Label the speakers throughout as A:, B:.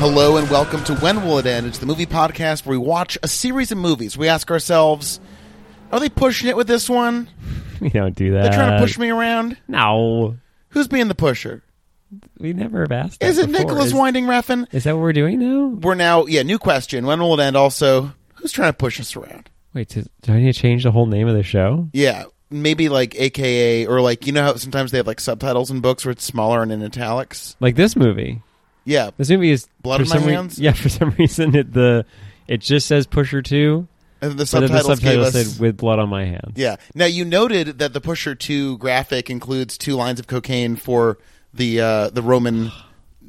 A: Hello and welcome to When Will It End? It's the movie podcast where we watch a series of movies. We ask ourselves, are they pushing it with this one?
B: We don't do that.
A: They're trying to push me around?
B: No,
A: Who's being the pusher?
B: we never have asked.
A: Is
B: that
A: it
B: before.
A: Nicholas
B: Is-
A: Winding Refn?
B: Is that what we're doing now?
A: We're now, yeah, new question. When Will It End? Also, who's trying to push us around?
B: Wait, do, do I need to change the whole name of the show?
A: Yeah, maybe like AKA or like, you know how sometimes they have like subtitles in books where it's smaller and in italics?
B: Like this movie.
A: Yeah.
B: This movie is
A: Blood
B: for
A: on My
B: some rea-
A: Hands?
B: yeah, for some reason it the it just says Pusher Two,
A: And the
B: but then the
A: subtitles gave
B: subtitle
A: us.
B: said with blood on my hands.
A: Yeah. Now you noted that the Pusher Two graphic includes two lines of cocaine for the uh, the Roman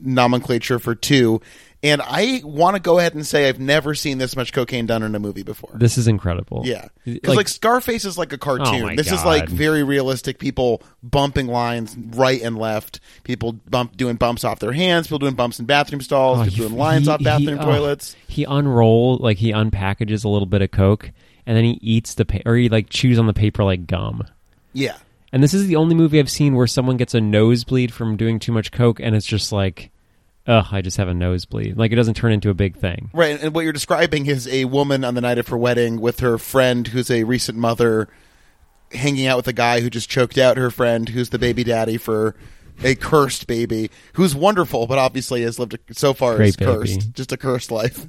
A: nomenclature for two, and I want to go ahead and say I've never seen this much cocaine done in a movie before.
B: This is incredible.
A: yeah, because like,
B: Like-
A: Scarface is like a cartoon.
B: Oh my
A: this is like
B: God.
A: very realistic. People bumping lines right and left. People bump doing bumps off their hands. People doing bumps in bathroom stalls.
B: Oh,
A: people
B: he-
A: doing lines
B: he-
A: off bathroom
B: he- oh.
A: toilets.
B: He unroll like he unpackages a little bit of coke, and then he eats the pa- or he like chews on the paper like gum.
A: Yeah,
B: And this is the only movie I've seen where someone gets a nosebleed from doing too much coke, and it's just like, ugh, I just have a nosebleed. Like it doesn't turn into a big thing.
A: Right, and what you're describing is a woman on the night of her wedding with her friend, who's a recent mother, hanging out with a guy who just choked out her friend, who's the baby daddy for a cursed baby, who's wonderful, but obviously has lived a, so far
B: Great
A: is
B: baby.
A: cursed, just a cursed life.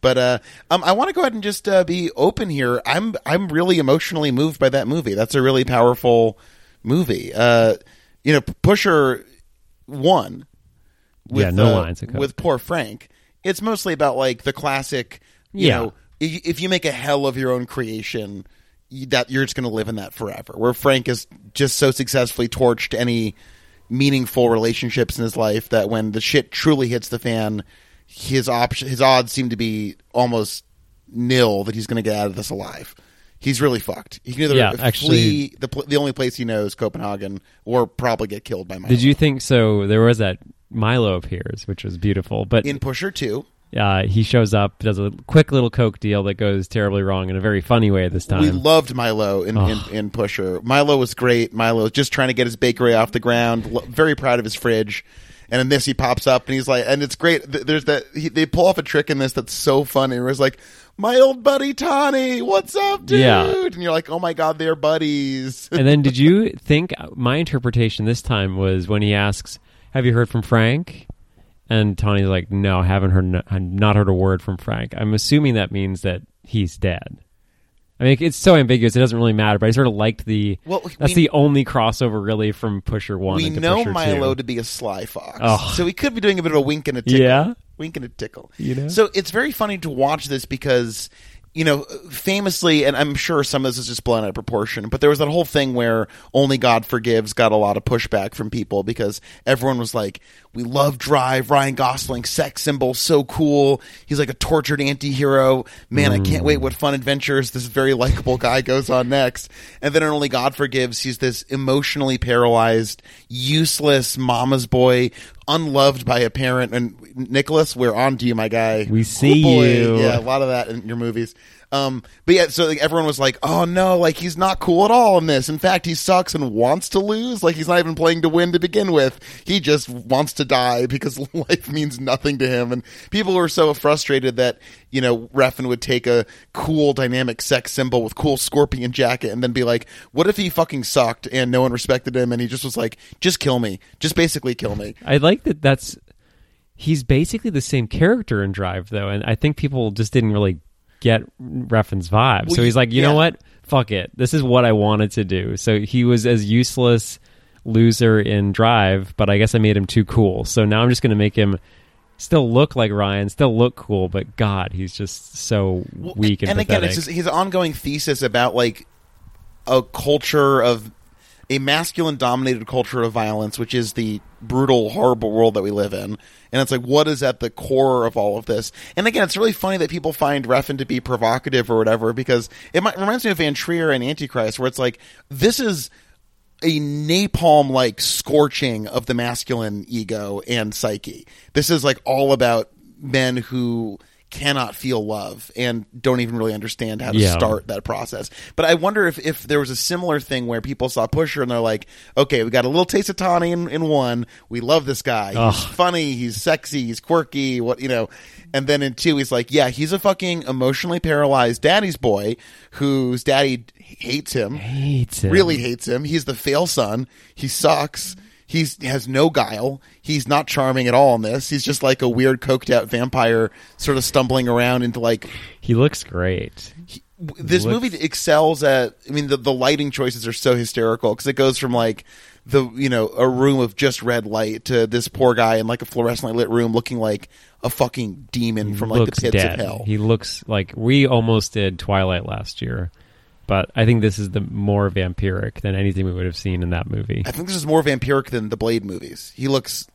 A: But uh, um, I want to go ahead and just uh, be open here. I'm I'm really emotionally moved by that movie. That's a really powerful movie. Uh, you know, P- Pusher won with
B: Yeah, no
A: uh,
B: lines of coke.
A: with poor Frank. It's mostly about like the classic, you
B: Yeah.
A: know, if, if you make a hell of your own creation, you, that you're just going to live in that forever. Where Frank is just so successfully torched any meaningful relationships in his life that when the shit truly hits the fan, his option, his odds seem to be almost nil that he's going to get out of this alive. He's really fucked. He can either
B: Yeah,
A: flee
B: actually-
A: the pl- the only place he knows, Copenhagen, or probably get killed by Milo.
B: Did you think so? There was that Milo appears, which was beautiful, but
A: in Pusher Two?
B: uh, he shows up, does a quick little coke deal that goes terribly wrong in a very funny way this time.
A: We loved Milo in, in, in Pusher. Milo was great. Milo was just trying to get his bakery off the ground. Lo- very proud of his fridge. And in this, he pops up and he's like, and it's great. Th- There's that he, they pull off a trick in this that's so funny. Where it's like, my old buddy Tawny, what's up, dude?
B: Yeah.
A: And you're like, oh my god, they're buddies.
B: and then did you think uh, my interpretation this time was when he asks, "Have you heard from Frank?" And Tony's like, "No, I haven't heard. I've not heard a word from Frank." I'm assuming that means that he's dead. I mean, it's so ambiguous; it doesn't really matter. But I sort of liked the.
A: Well,
B: that's
A: we-
B: the only crossover really from Pusher One.
A: we
B: into
A: know
B: Pusher
A: Milo
B: Two.
A: to be a sly fox,
B: Oh.
A: so he could be doing a bit of a wink and a tickle.
B: Yeah.
A: wink and a tickle.
B: You know?
A: So it's very funny to watch this because you know, famously, and I'm sure some of this is just blown out of proportion, but there was that whole thing where Only God Forgives got a lot of pushback from people because everyone was like, "We love Drive, Ryan Gosling, sex symbol, so cool." He's like a tortured anti-hero. Man, I can't
B: Mm.
A: wait what fun adventures this very likable guy goes on next. And then in Only God Forgives, he's this emotionally paralyzed, useless mama's boy, unloved by a parent. And Nicholas, we're on to you, my guy.
B: We see
A: boy.
B: you.
A: Yeah, a lot of that in your movies. Um, but yeah, so like, everyone was like, "Oh no, like he's not cool at all in this. In fact, he sucks and wants to lose. Like he's not even playing to win to begin with. He just wants to die because life means nothing to him." And people were so frustrated that you know Refn would take a cool dynamic sex symbol with cool scorpion jacket and then be like, "What if he fucking sucked and no one respected him and he just was like, just kill me, just basically kill me."
B: I like that. That's he's basically the same character in Drive, though, and I think people just didn't really get Refn's vibe.
A: Well,
B: so he's like, you
A: yeah.
B: know what? Fuck it. This is what I wanted to do. So he was as useless loser in Drive, but I guess I made him too cool. So now I'm just going to make him still look like Ryan, still look cool, but God, he's just so
A: Well,
B: weak and,
A: again
B: pathetic.
A: it's his, his ongoing thesis about like a culture of a masculine dominated culture of violence which is the brutal horrible world that we live in and it's like what is at the core of all of this and again it's really funny that people find Refn to be provocative or whatever because it might, reminds me of Van Trier and Antichrist where it's like this is a napalm like scorching of the masculine ego and psyche. This is like all about men who cannot feel love and don't even really understand how to
B: Yeah.
A: start that process. But I wonder if, if there was a similar thing where people saw Pusher and they're like, okay, we got a little taste of Tawny in, in one. We love this guy. He's funny. He's sexy. He's quirky. What, you know, and then in two, he's like, yeah, he's a fucking emotionally paralyzed daddy's boy whose daddy hates him
B: Hates it.
A: really hates him. He's the fail son. He sucks. He's has no guile. He's not charming at all in this. He's just like a weird coked out vampire, sort of stumbling around into like
B: He looks great.
A: w- this
B: Looks-
A: movie excels at. I mean, the the lighting choices are so hysterical because it goes from like the you know a room of just red light to this poor guy in like a fluorescently lit room looking like a fucking demon from like the
B: looks
A: pits
B: dead.
A: of hell.
B: He looks like we almost did Twilight last year, but I think this is the more vampiric than anything we would have seen in that movie.
A: I think this is more vampiric than the Blade movies. He looks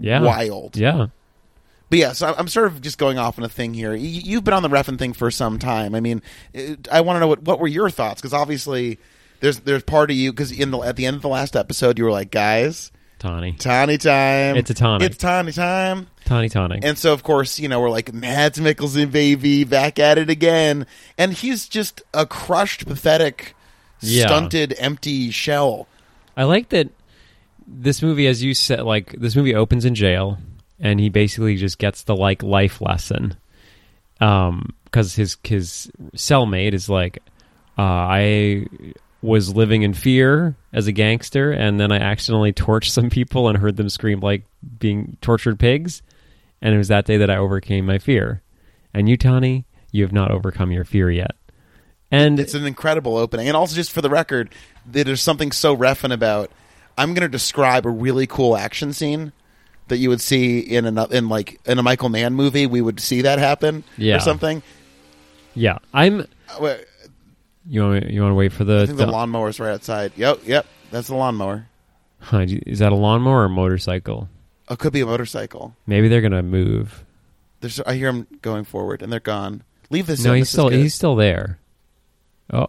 B: Yeah,
A: wild.
B: Yeah,
A: But yeah, so I'm- I'm sort of just going off on a thing here. Y- You've been on the Refn thing for some time. I mean, it- I want to know what, what were your thoughts because obviously there's there's part of you because in the at the end of the last episode you were like, guys,
B: Tawny,
A: Tawny time,
B: It's a tonic.
A: it's Tawny time,
B: Tawny, Tawny.
A: and so of course you know we're like Mads Mikkelsen baby back at it again, and he's just a crushed, pathetic,
B: Yeah.
A: stunted, empty shell.
B: I like that this movie, as you said, like this movie opens in jail, and he basically just gets the like life lesson, because his his cellmate is like, uh, I was living in fear as a gangster, and then I accidentally torched some people and heard them scream like being tortured pigs, and it was that day that I overcame my fear. And you, Tani, you have not overcome your fear yet. And
A: It's an incredible opening. And also, just for the record, that there's something so reffing about. I'm going to describe a really cool action scene that you would see in an, in like in a Michael Mann movie. We would see that happen
B: Yeah.
A: or something.
B: yeah, I'm.
A: Uh, wait,
B: You want me- you want to wait for the
A: I think the
B: the-
A: lawnmower's right outside. Yep, yep, that's the lawnmower.
B: Huh, do- is that a lawnmower or a motorcycle?
A: It could be a motorcycle.
B: Maybe they're gonna move.
A: There's, I hear them going forward, and they're gone. Leave this.
B: no,
A: in.
B: he's
A: This is
B: still
A: good.
B: he's still there. Oh,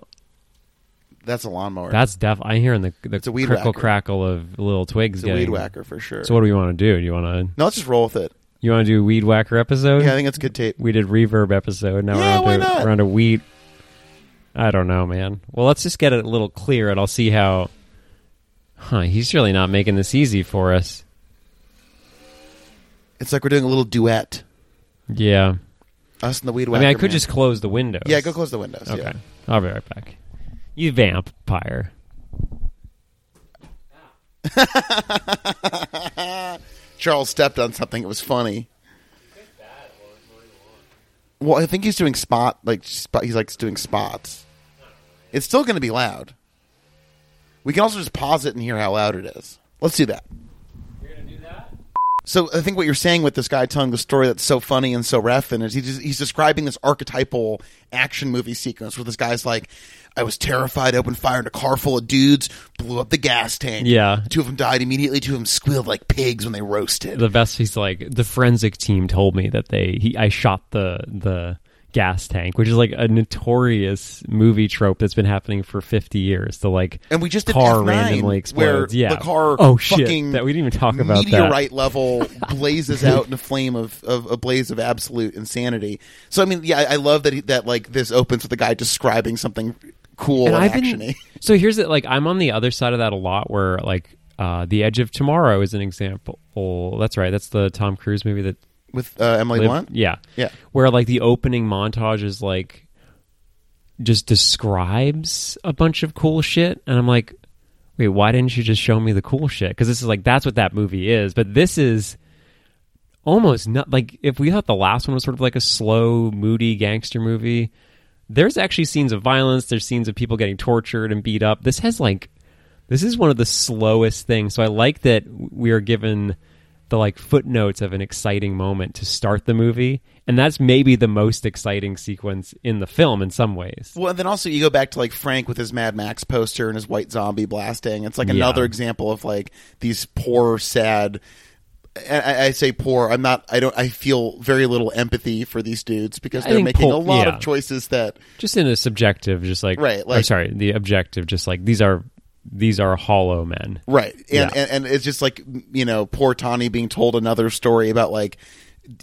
A: That's a lawnmower.
B: that's def. I'm hearing the the
A: It's a weed
B: crickle
A: whacker.
B: crackle of little twigs
A: it's a
B: getting.
A: weed whacker for sure.
B: So what do we want to do? Do you want to
A: no, let's just roll with it.
B: you want to do weed whacker episode?
A: Yeah, I think it's good tape.
B: we did reverb episode. Now
A: Yeah,
B: we're
A: why
B: on to
A: not?
B: we're on to weed. I don't know, man. Well, let's just get it a little clear, and I'll see how. Huh? He's really not making this easy for us.
A: It's like we're doing a little duet.
B: Yeah.
A: Us and the weed
B: I
A: whacker.
B: mean, I could
A: man.
B: just close the windows.
A: yeah, go close the windows.
B: Okay.
A: Yeah.
B: I'll be right back. You vampire.
A: Charles stepped on something. It was funny. Well, I think he's doing spot like spot, he's like doing spots. It's still going to be loud. We can also just pause it and hear how loud it is. Let's do that. So I think what you're saying with this guy telling the story that's so funny and so and is he just, he's describing this archetypal action movie sequence where this guy's like, I was terrified, opened fire in a car full of dudes, blew up the gas tank.
B: Yeah.
A: Two of them died immediately. Two of them squealed like pigs when they roasted.
B: The best he's like the forensic team told me that they he I shot the the gas tank, which is like a notorious movie trope that's been happening for 50 years. The like
A: And we just did
B: car
A: F9,
B: randomly explodes.
A: Where
B: yeah.
A: the car
B: oh shit.
A: fucking
B: That we didn't even talk about that.
A: meteorite level blazes out in a flame of, of a blaze of absolute insanity. So I mean, yeah, I I love that he, that like this opens with a guy describing something cool and,
B: And I've
A: actiony.
B: been so here's it. Like I'm on the other side of that a lot, where like uh, the Edge of Tomorrow is an example. That's right. That's the Tom Cruise movie that
A: with uh, Emily
B: live-
A: Blunt.
B: Yeah.
A: Yeah.
B: Where like the opening montage is like just describes a bunch of cool shit and I'm like, "Wait, why didn't you just show me the cool shit?" Cuz this is like that's what that movie is, but this is almost not like if we thought the last one was sort of like a slow, moody gangster movie, there's actually scenes of violence, there's scenes of people getting tortured and beat up. This has like this is one of the slowest things. So I like that we are given the like footnotes of an exciting moment to start the movie, and that's maybe the most exciting sequence in the film in some ways.
A: Well, and then also you go back to like Frank with his Mad Max poster and his white zombie blasting. It's like
B: Yeah.
A: another example of like these poor, sad. and I, I say poor. I'm not. I don't. I feel very little empathy for these dudes because
B: I
A: they're
B: think
A: making
B: poor-
A: a lot
B: yeah.
A: of choices that
B: Just in a subjective, just like
A: Right,
B: or
A: like-
B: sorry, the objective, just like these are these are hollow men.
A: Right. And,
B: Yeah.
A: and and it's just like you know, poor Tawny being told another story about like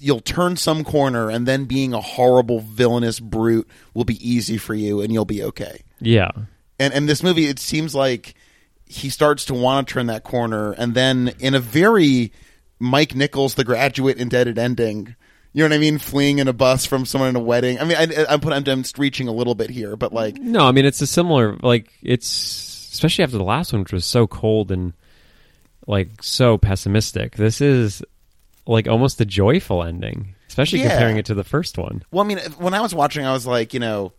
A: you'll turn some corner and then being a horrible villainous brute will be easy for you and you'll be okay.
B: Yeah.
A: And and this movie it seems like he starts to want to turn that corner and then in a very Mike Nichols the graduate indebted ending you know what I mean? Fleeing in a bus from someone at a wedding. I mean, I, I'm put, I'm, I'm reaching a little bit here, but like,
B: No, I mean it's a similar like it's especially after the last one which was so cold and like so pessimistic. This is like almost a joyful ending, especially
A: Yeah.
B: comparing it to the first one.
A: Well, I mean, when I was watching, I was like, you know,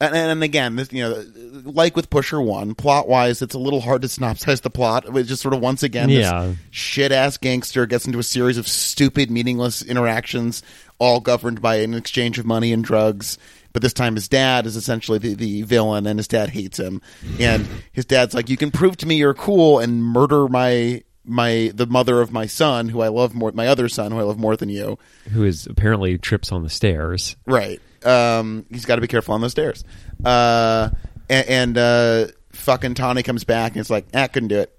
A: and, and again, this, you know, like with Pusher One, plot wise, it's a little hard to synopsize the plot. It was just sort of once again,
B: Yeah.
A: this shit ass gangster gets into a series of stupid, meaningless interactions, all governed by an exchange of money and drugs. But this time, his dad is essentially the, the villain, and his dad hates him. And his dad's like, "You can prove to me you're cool and murder my." My the mother of my son, who I love more, my other son, who I love more than you,
B: Who is apparently trips on the stairs.
A: Right. Um, he's got to be careful on those stairs. Uh, and and uh, fucking Tawny comes back and it's like, I couldn't do it.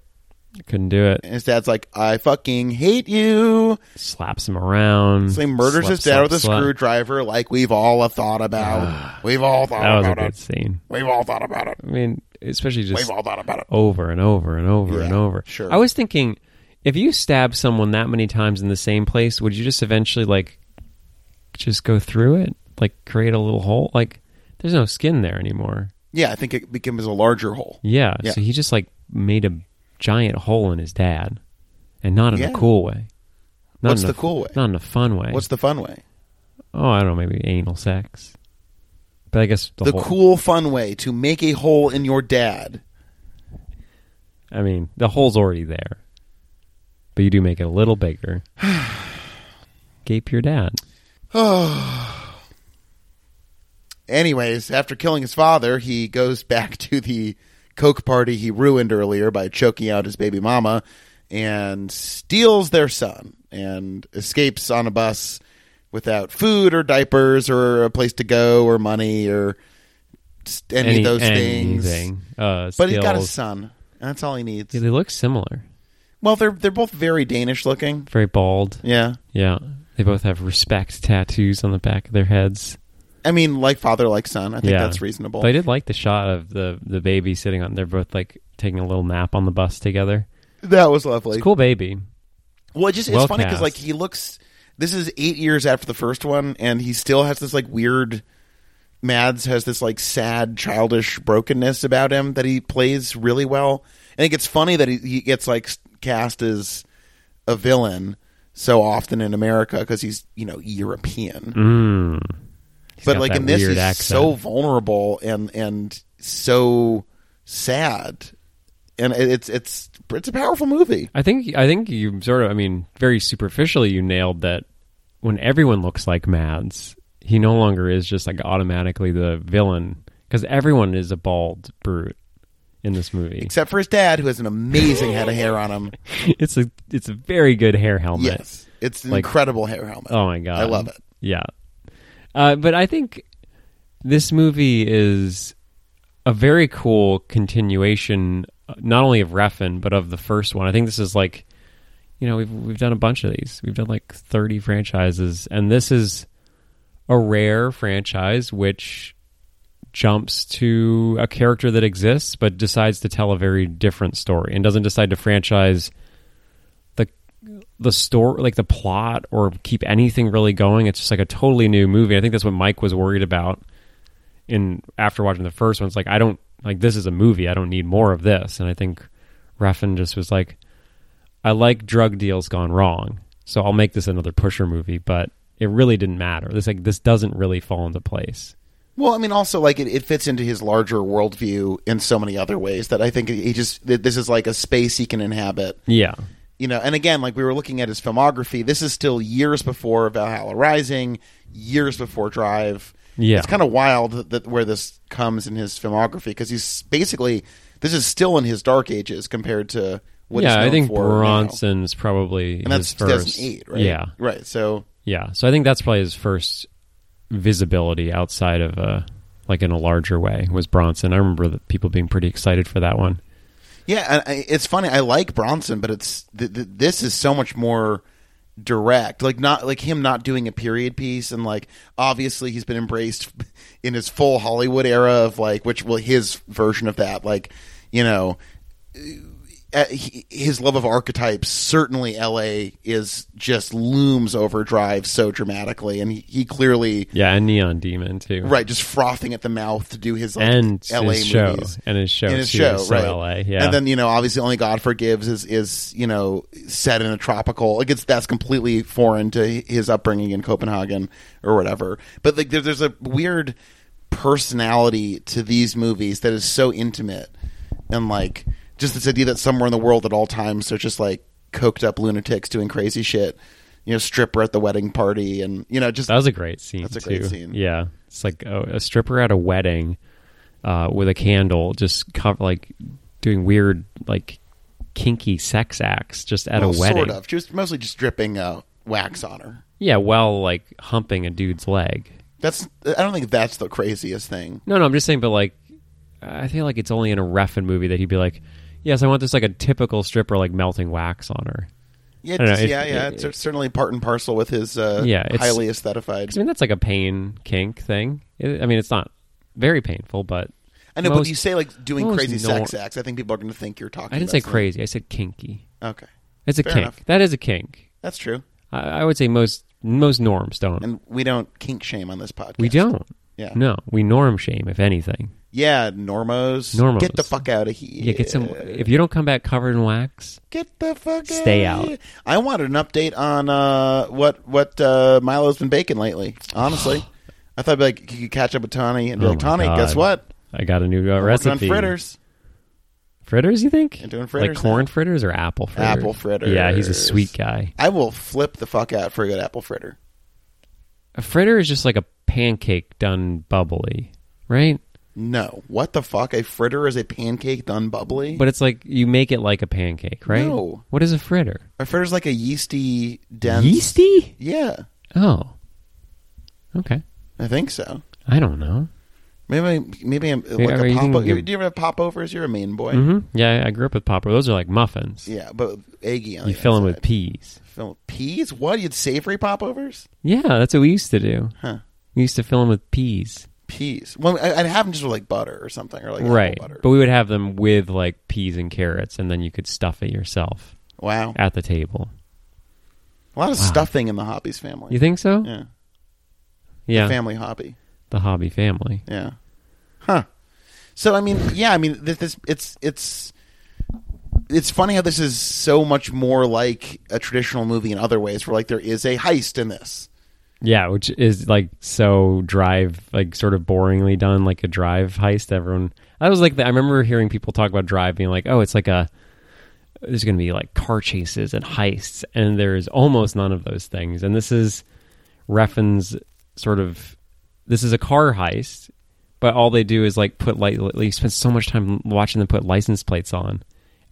B: Couldn't do it.
A: And his dad's like, I fucking hate you.
B: Slaps him around.
A: So he murders
B: Slap,
A: his dad
B: slap,
A: with a
B: slap.
A: screwdriver, like we've all thought about. we've all thought
B: That was a
A: about
B: good
A: it.
B: scene.
A: We've all thought about it.
B: I mean, especially just
A: We've all thought about it.
B: over and over and over and
A: Yeah,
B: over.
A: sure.
B: I was thinking, if you stab someone that many times in the same place, would you just eventually like just go through it, like create a little hole? Like, there's no skin there anymore.
A: Yeah, I think it becomes a larger hole.
B: Yeah.
A: Yeah.
B: So he just like made a giant hole in his dad, and not in
A: Yeah.
B: a cool way. Not
A: What's
B: in a-
A: the cool way?
B: Not in a fun way.
A: What's the fun way?
B: oh, I don't know. Maybe anal sex. But I guess the,
A: The
B: hole,
A: cool, fun way to make a hole in your dad.
B: I mean, the hole's already there, but you do make it a little bigger. Gape your dad.
A: Anyways, after killing his father, he goes back to the coke party he ruined earlier by choking out his baby mama and steals their son and escapes on a bus without food or diapers or a place to go or money or just any, of those things.
B: anything. Uh,
A: But he's got
B: skills.
A: his son, and that's all he needs.
B: Yeah, they look similar.
A: Well, they're they're both very Danish looking.
B: Very bald.
A: Yeah.
B: Yeah. They both have respect tattoos on the back of their heads.
A: I mean, like father, like son. I think
B: yeah.
A: that's reasonable.
B: But I did like the shot of the, the baby sitting on. They're both like taking a little nap on the bus together.
A: that was lovely.
B: It's a cool baby.
A: Well, it just it's
B: Well
A: funny because
B: cast.
A: like he looks. This is eight years after the first one, and he still has this like weird. Mads has this like sad, childish brokenness about him that he plays really well. I think it's funny that he, he gets like s- cast as a villain so often in America because he's you know European,
B: Mm. He's
A: but
B: got
A: like
B: that
A: in this
B: weird
A: he's
B: accent.
A: so vulnerable and and so sad, and it- it's it's it's a powerful movie.
B: I think I think you sort of I mean very superficially you nailed that when everyone looks like Mads, he no longer is just like automatically the villain because everyone is a bald brute in this movie.
A: except for his dad, who has an amazing head of hair on him.
B: It's a it's a very good hair helmet.
A: Yes, it's an
B: Like-
A: incredible hair helmet.
B: Oh my god,
A: I love it.
B: Yeah, uh, but I think this movie is a very cool continuation, uh, not only of Refn but of the first one. I think this is like, you know, we've we've done a bunch of these. We've done like thirty franchises, and this is a rare franchise which jumps to a character that exists but decides to tell a very different story and doesn't decide to franchise the the story like the plot or keep anything really going it's just like a totally new movie i think that's what mike was worried about in after watching the first one it's like i don't like this is a movie i don't need more of this and i think Refn just was like i like drug deals gone wrong so i'll make this another pusher movie but it really didn't matter this like this doesn't really fall into place
A: Well, I mean, also like it, it fits into his larger worldview in so many other ways that I think he just that this is like a space he can inhabit.
B: yeah
A: You know, and again, like we were looking at his filmography, this is still years before Valhalla Rising, years before Drive.
B: Yeah.
A: it's kind of wild that, that where this comes in his filmography because he's basically this is still in his dark ages compared to what he's
B: yeah i
A: known
B: think
A: for now.
B: bronson's probably
A: and that's
B: his first
A: 2008, right?
B: yeah
A: right. So
B: Yeah, so I think that's probably his first visibility outside of uh like in a larger way was Bronson. I remember the people being pretty excited for that one.
A: uh, yeah, and I, it's funny. I like Bronson, but it's th- th- this is so much more direct like not like him not doing a period piece and like obviously he's been embraced in his full hollywood era of like which well his version of that like you know uh, he- his love of archetypes certainly la is just looms over drive so dramatically and he, he clearly
B: Yeah, and Neon Demon too.
A: right just frothing at the mouth to do his like,
B: And
A: la
B: his show.
A: movies
B: And his show.
A: in his
B: too,
A: show,
B: is so
A: right?
B: LA. Yeah.
A: And then you know, obviously, only God forgives is is you know set in a tropical. Like it's that's completely foreign to his upbringing in Copenhagen or whatever. But like, there, there's a weird personality to these movies that is so intimate and like just this idea that somewhere in the world at all times they're just like coked up lunatics doing crazy shit. You know, stripper at the wedding party, and you know, just
B: That was a great scene.
A: That's a great
B: too.
A: scene.
B: Yeah, it's like a, a stripper at a wedding uh, with a candle, just cover, like doing weird, like kinky sex acts, just at
A: well,
B: a wedding.
A: sort of. She was mostly just dripping uh, wax on her.
B: Yeah, while like humping a dude's leg.
A: That's I don't think that's the craziest thing.
B: No, no, I'm just saying, but like, I feel like it's only in a Refn movie that he'd be like, "Yes, I want this like a typical stripper, like melting wax on her."
A: Yeah,
B: don't know,
A: it's-
B: it-
A: yeah, yeah.
B: it-
A: it's certainly part and parcel with his uh,
B: Yeah, it's-
A: highly aesthetified.
B: 'Cause, I mean, that's like a pain kink thing. It, I mean, it's not very painful, but
A: I know, but
B: most-
A: you say like doing
B: most
A: crazy
B: nor-
A: sex acts. I think people are going to think you're talking.
B: I didn't
A: about
B: say
A: something.
B: crazy. I said kinky.
A: Okay,
B: It's a
A: Fair
B: kink.
A: enough.
B: That is a kink.
A: that's true.
B: I, I would say most most norms don't.
A: And we don't kink shame on this podcast.
B: we don't.
A: Yeah.
B: No, we norm shame if anything.
A: Yeah, normos.
B: Normos.
A: Get the fuck out of here.
B: Yeah, get some. If you don't come back covered in wax,
A: Get the fuck.
B: Stay
A: outta
B: out.
A: here. I wanted an update on uh, what what uh, Milo's been baking lately. Honestly, I thought like you could catch up with Tawny and be
B: Oh
A: like,
B: my
A: Tawny, guess
B: God.
A: what?
B: I got a new uh,
A: We're working
B: recipe.
A: on fritters.
B: Fritters, you think?
A: I'm doing fritters
B: like corn
A: now.
B: fritters or apple fritters?
A: Apple fritters.
B: Yeah, he's a sweet guy.
A: I will flip the fuck out for a good apple fritter.
B: A fritter is just like a pancake done bubbly, right?
A: No. What the fuck? A fritter is a pancake done bubbly?
B: But it's like you make it like a pancake, right?
A: No.
B: What is a fritter?
A: a fritter's like a yeasty dense
B: Yeasty?
A: Yeah.
B: Oh. Okay.
A: I think so.
B: I don't know.
A: Maybe maybe I'm
B: are
A: like a
B: you
A: pop
B: thinking
A: over.
B: like a-
A: Do you ever have popovers? You're a mean boy.
B: Mm-hmm. Yeah, I grew up with popper. Those are like muffins.
A: Yeah, but eggy on
B: you
A: the
B: fill them with
A: outside.
B: peas.
A: Fill with peas? What? You'd savory popovers?
B: Yeah, that's what we used to do.
A: Huh.
B: We used to fill them with peas,
A: Peas. Well, I, I'd have them just with like butter or something, or like apple
B: right?
A: butter.
B: But we would have them with like peas and carrots, and then you could stuff it yourself
A: Wow,
B: at the table.
A: a lot of
B: Wow.
A: stuffing in the hobbies family.
B: You think so?
A: yeah,
B: Yeah,
A: family hobby.
B: the hobby family.
A: Yeah. Huh. So I mean, yeah, I mean this, this it's it's it's funny how this is so much more like a traditional movie in other ways where like there is a heist in this.
B: Yeah, which is like so drive, like sort of boringly done, like a drive heist. Everyone, I was like, the, I remember hearing people talk about drive being like, oh, it's like a there's going to be like car chases and heists, and there is almost none of those things. And this is Refn's sort of this is a car heist, but all they do is like put like you spend so much time watching them put license plates on,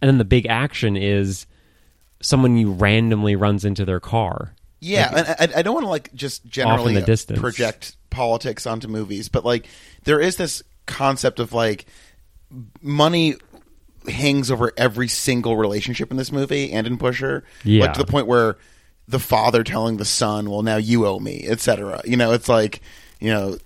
B: and then the big action is someone you randomly runs into their car.
A: Yeah, and I, I don't want to like just generally
B: the distance.
A: project politics onto movies, but like there is this concept of like money hangs over every single relationship in this movie and in Pusher.
B: Yeah.
A: like to the point where the father telling the son, "Well, now you owe me," etc. You know, it's like you know.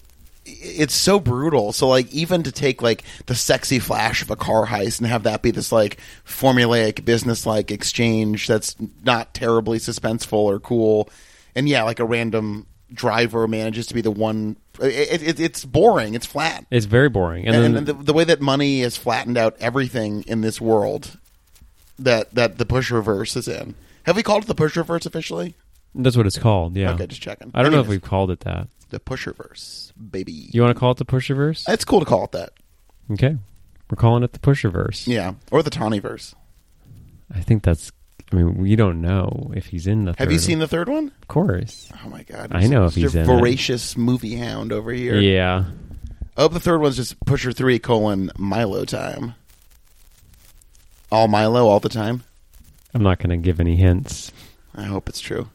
A: It's so brutal. So, like, even to take like the sexy flash of a car heist and have that be this like formulaic business like exchange that's not terribly suspenseful or cool, and yeah, like a random driver manages to be the one. It, it, it's boring. It's flat
B: It's very boring, and,
A: and,
B: then
A: and the, the way that money has flattened out everything in this world that that the push reverse is in. Have we called it the push reverse officially?
B: That's what it's called. Yeah.
A: Okay, just checking.
B: I don't know if
A: Anyways,
B: we've called it that.
A: the push reverse, baby.
B: You want to call it the Pusherverse?
A: it's cool to call it that.
B: Okay, we're calling it the Pusherverse.
A: Yeah, or the Tawny verse.
B: I think that's. I mean, we don't know if he's in the.
A: Have you seen the third one?
B: Of course.
A: Oh my god!
B: I know if
A: Mr.
B: he's in it.
A: voracious movie hound over here.
B: Yeah.
A: Oh, the third one's just Pusher Three colon Milo time. All Milo all the time.
B: I'm not going to give any hints.
A: I hope it's true.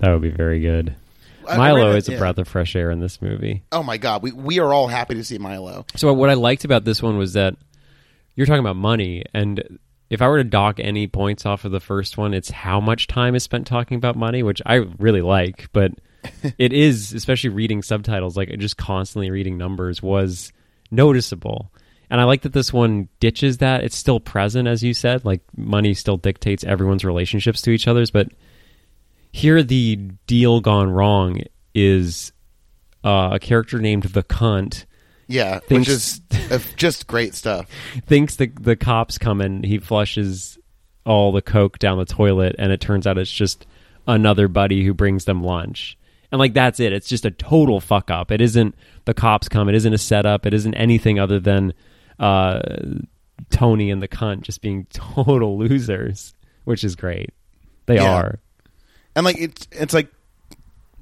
B: That would be very good.
A: I- I
B: Milo
A: read it,
B: is a
A: yeah.
B: breath of fresh air in this movie.
A: Oh my god, we we are all happy to see Milo.
B: So what I liked about this one was that you're talking about money, and if I were to dock any points off of the first one, it's how much time is spent talking about money, which I really like, but it is, especially reading subtitles, like just constantly reading numbers was noticeable. And I like that this one ditches that. It's still present, as you said. Like money still dictates everyone's relationships to each other's, but here the deal gone wrong is uh, a character named the cunt
A: Yeah, which
B: Thinks-
A: is uh, just great stuff.
B: thinks the the cops come and he flushes all the coke down the toilet and it turns out it's just another buddy who brings them lunch. And like that's it. It's just a total fuck up. It isn't the cops come, it isn't a setup, it isn't anything other than uh Tony and the cunt just being total losers, which is great. They
A: Yeah.
B: are.
A: And like it's it's like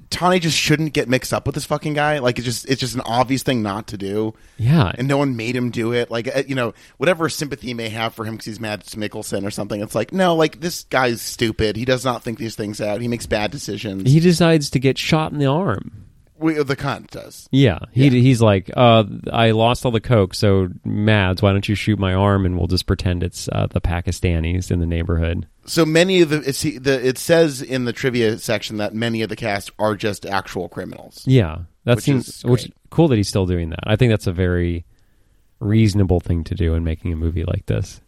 A: Tawny just shouldn't get mixed up with this fucking guy. Like it's just it's just an obvious thing not to do.
B: Yeah.
A: And no one made him do it. Like uh, you know, whatever sympathy you may have for him because he's mad at Mickelson or something. It's like no, like this guy's stupid. He does not think these things out. He makes bad decisions.
B: he decides to get shot in the arm.
A: we, the cunt does.
B: Yeah, he he's like, uh, I lost all the coke, so Mads, why don't you shoot my arm and we'll just pretend it's uh, the Pakistanis in the neighborhood.
A: So many of the, it's, the it says in the trivia section that many of the cast are just actual criminals.
B: Yeah, that
A: Which is
B: seems
A: great.
B: which cool that he's still doing that. I think that's a very reasonable thing to do in making a movie like this.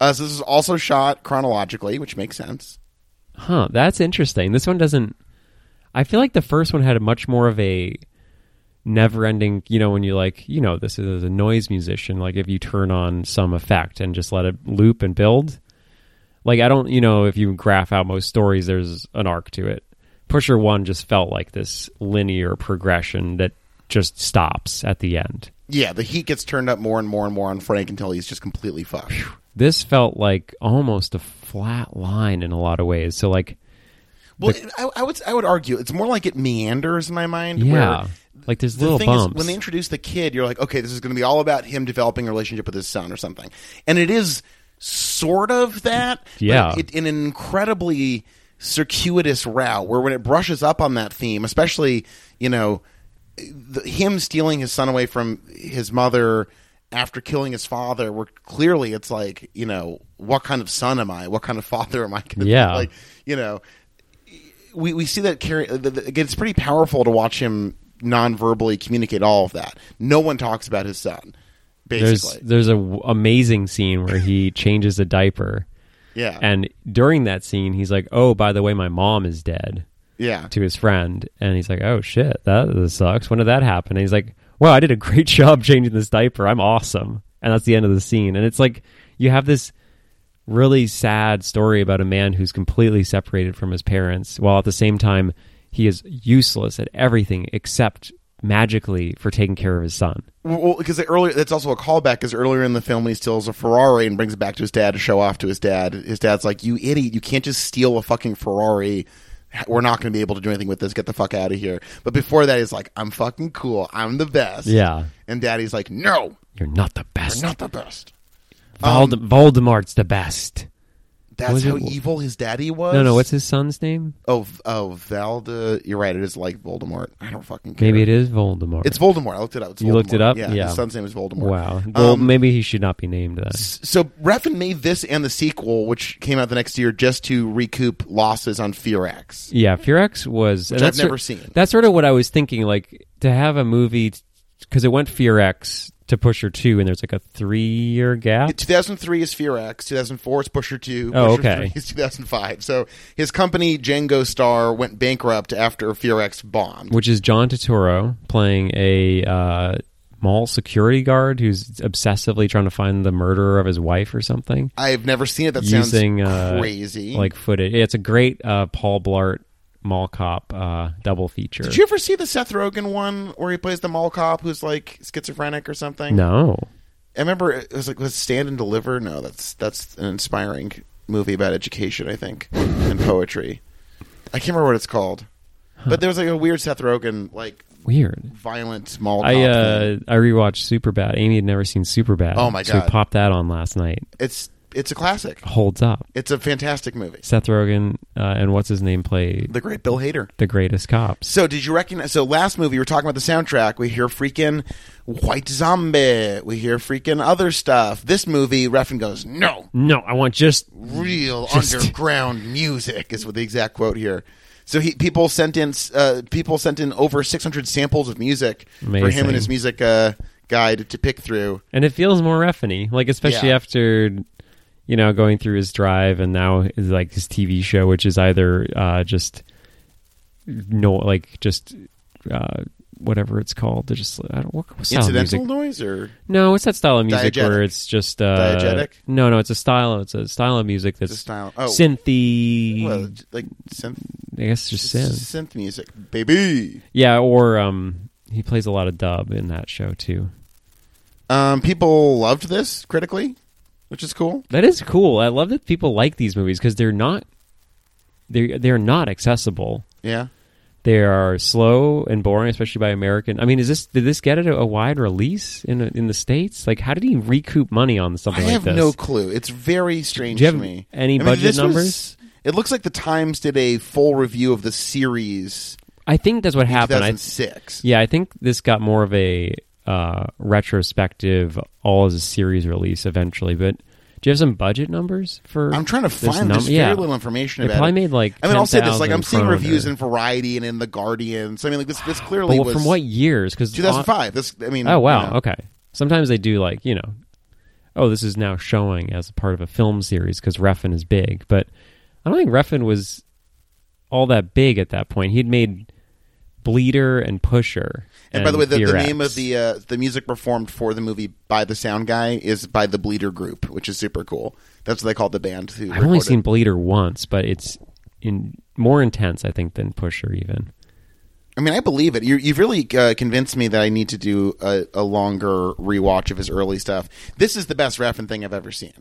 A: Uh, so this is also shot chronologically, which makes sense.
B: Huh, that's interesting. This one doesn't. I feel like the first one had a much more of a never-ending. You know, when you like, you know, this is a noise musician. Like if you turn on some effect and just let it loop and build. Like I don't, you know, if you graph out most stories, there's an arc to it. Pusher One just felt like this linear progression that just stops at the end.
A: Yeah, the heat gets turned up more and more and more on Frank until he's just completely fucked.
B: This felt like almost a flat line in a lot of ways. So like,
A: Well, I, I would I would argue it's more like it meanders in my mind.
B: yeah,
A: where
B: like there's
A: the
B: little
A: thing is,
B: bumps.
A: when they introduce the kid, you're like, okay, this is going to be all about him developing a relationship with his son or something, and it is sort of that. but
B: Yeah.
A: it, in an incredibly circuitous route where when it brushes up on that theme, especially you know the, him stealing his son away from his mother after killing his father, where clearly it's like you know what kind of son am I? What kind of father am I? Gonna
B: Yeah.
A: be? like you know we, we see that carry. The, the, again, it's pretty powerful to watch him non-verbally communicate all of that. No one talks about his son,
B: there's
A: basically.
B: there's a w- amazing scene where he changes a diaper
A: yeah,
B: and during that scene he's like oh by the way my mom is dead
A: yeah,
B: to his friend and he's like oh shit that, that sucks when did that happen and he's like wow i did a great job changing this diaper i'm awesome and that's the end of the scene and it's like you have this really sad story about a man who's completely separated from his parents while at the same time he is useless at everything except magically for taking care of his son
A: well, because earlier that's also a callback. Because earlier in the film, when he steals a Ferrari and brings it back to his dad to show off to his dad. His dad's like, "You idiot! You can't just steal a fucking Ferrari." We're not going to be able to do anything with this. Get the fuck out of here. But before that, he's like, "I'm fucking cool. I'm the best."
B: yeah
A: And Daddy's like, "No,
B: you're not the best
A: you're not the best." Um,
B: Vold- Voldemort's the best.
A: That's
B: Was it-
A: how evil his daddy was.
B: No, no. What's his son's name?
A: Oh, V- oh, Valda. You're right. It is like Voldemort. I don't fucking care.
B: Maybe it is Voldemort.
A: It's Voldemort. I looked it up. It's
B: You looked
A: Voldemort.
B: it up?
A: Yeah,
B: Yeah.
A: His son's name is Voldemort.
B: wow. Well,
A: Um,
B: maybe he should not be named that.
A: So Refn made this and the sequel, which came out the next year, just to recoup losses on Firax.
B: Yeah, Furex was. and
A: I've
B: that's sor-
A: never seen.
B: That's sort of what I was thinking. Like to have a movie because it went Furex to Pusher Two, and there's like a three-year gap.
A: 2003 is Firax. 2004 is Pusher 2. Pusher
B: Oh, okay.
A: 3 is 2005. So his company, Django Star, went bankrupt after Firax bombed.
B: which is John Turturro playing a uh, mall security guard who's obsessively trying to find the murderer of his wife or something.
A: I have never seen it. That sounds
B: using uh,
A: crazy.
B: like footage. It's a great uh, Paul Blart mall cop uh, double feature.
A: Did you ever see the Seth Rogen one where he plays the mall cop who's like schizophrenic or something?
B: no,
A: I remember it was like was Stand and Deliver. No, that's that's an inspiring movie about education, I think, and poetry. I can't remember what it's called, but there was like a weird Seth Rogen like
B: weird.
A: violent small. Cop
B: I
A: thing.
B: uh, I rewatched Superbad. Amy had never seen Superbad.
A: Oh my
B: So we
A: God.
B: popped that on last night.
A: it's it's a classic.
B: holds up.
A: It's a fantastic movie.
B: Seth Rogen uh, and what's his name play
A: The Great Bill Hader.
B: the greatest cops.
A: So did you recognize? So last movie we were talking about the soundtrack. We hear freaking White Zombie. We hear freaking other stuff. This movie, Refn goes, no,
B: No, I want just
A: real
B: Just-
A: underground music is what the exact quote here. So he, people sent in uh, people sent in over 600 samples of music for him
B: Amazing.
A: and his music uh, guide to, pick through.
B: and it feels more refiny, like especially
A: Yeah.
B: after you know going through his drive and now his like his TV show, which is either uh, just no like just uh, whatever it's called. They're just I don't, what style of
A: Incidental noise
B: music?
A: or
B: No, what's that style of music
A: Diegetic.
B: where it's just uh,
A: Diegetic?
B: No, no, it's a style. It's a style of music that's
A: a style- oh.
B: synthy.
A: well, like synth
B: I guess just synth.
A: synth music, baby.
B: Yeah, or um, he plays a lot of dub in that show too.
A: Um, people loved this critically, which is cool.
B: That is cool. I love that people like these movies because they're not they they're not accessible.
A: Yeah.
B: They are slow and boring, especially by American. I mean, is this did this get it a, a wide release in in the states? Like, how did he recoup money on
A: I
B: something like
A: have
B: this?
A: no clue. It's very strange
B: Do you have
A: to me.
B: any
A: I mean,
B: budget
A: this was-
B: numbers?
A: it looks like the Times did a full review of the series
B: I think that's what
A: in
B: happened. I,
A: 2006.
B: yeah, I think this got more of a uh, retrospective, all as a series release eventually. But do you have some budget numbers for?
A: I'm trying to
B: this
A: find.
B: num-
A: There's very
B: yeah.
A: little information
B: They
A: about
B: probably
A: it.
B: made, like,
A: I mean, I'll say this: like
B: 10,000
A: I'm seeing
B: kroner.
A: reviews in Variety and in the Guardian. So I mean, like this this
B: But
A: clearly was
B: from what years? Because
A: 2005. This I mean.
B: Oh wow,
A: you know.
B: okay. Sometimes they do like you know, oh this is now showing as a part of a film series because Refn is big, but I don't think Refn was all that big at that point. He'd made Bleeder and Pusher,
A: And, by the way, the, the
B: Fear X.
A: name of the uh, the music performed for the movie by the sound guy is by the Bleeder Group, which is super cool. That's what they called the band. Who
B: I've only
A: recorded.
B: seen Bleeder once, but it's in more intense I think than Pusher even.
A: I mean, I believe it. You, you've really uh, convinced me that I need to do a, a longer rewatch of his early stuff. This is the best Raffin thing I've ever seen.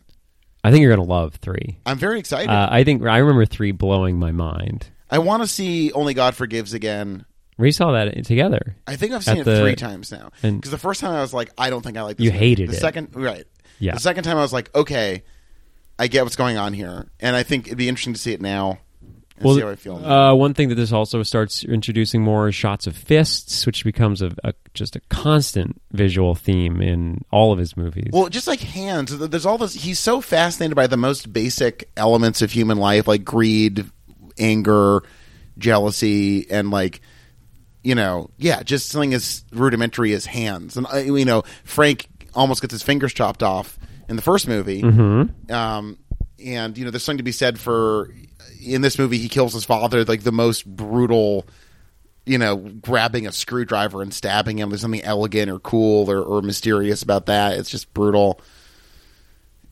B: I think you're gonna love three.
A: I'm very excited.
B: Uh, I think I remember three blowing my mind.
A: I want to see Only God Forgives again.
B: We saw that together.
A: I think I've
B: At
A: seen it
B: the-
A: three times now.
B: and-
A: Because the first time I was like, I don't think I like this.
B: You
A: movie.
B: hated
A: the
B: it.
A: Second, right?
B: Yeah.
A: The second time I was like, okay, I get what's going on here, and I think it'd be interesting to see it now and see how I feel.
B: Uh, one thing that this also starts introducing more is shots of fists, which becomes a, a just a constant visual theme in all of his movies.
A: Well, just like hands, th- there's all this. He's so fascinated by the most basic elements of human life, like greed, anger, jealousy, and like, you know, yeah, just something as rudimentary as hands. And uh, you know, Frank almost gets his fingers chopped off in the first movie. Um, and you know, there's something to be said for in this movie, he kills his father, like the most brutal you know, grabbing a screwdriver and stabbing him. There's something elegant or cool or, or mysterious about that. It's just brutal.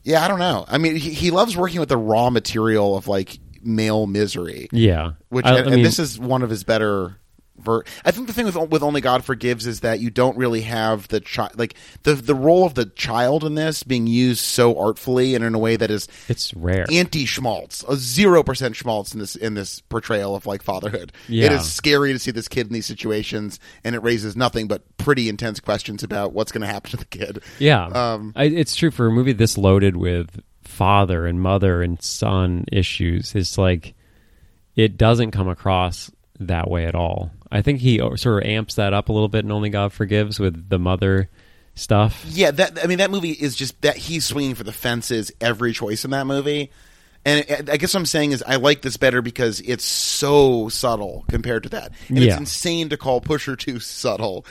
A: Yeah, I don't know. I mean, he, he loves working with the raw material of like male misery,
B: yeah,
A: which
B: I,
A: and,
B: I
A: and
B: mean,
A: this is one of his better. Ver- I think the thing with with Only God Forgives is that you don't really have the child, like the the role of the child in this being used so artfully and in a way that is
B: it's rare.
A: anti schmaltz, a zero percent schmaltz in this in this portrayal of like fatherhood. It
B: Yeah.
A: is scary to see this kid in these situations, and it raises nothing but pretty intense questions about what's going to happen to the kid.
B: yeah,
A: um,
B: I, it's true for a movie this loaded with father and mother and son issues. It's like it doesn't come across that way at all. I think he o- sort of amps that up a little bit, and only God forgives with the mother stuff.
A: Yeah, that I mean that movie is just that he's swinging for the fences every choice in that movie. And I- I guess what I'm saying is I like this better because it's so subtle compared to that. And it's
B: Yeah.
A: insane to call Pusher 2 subtle.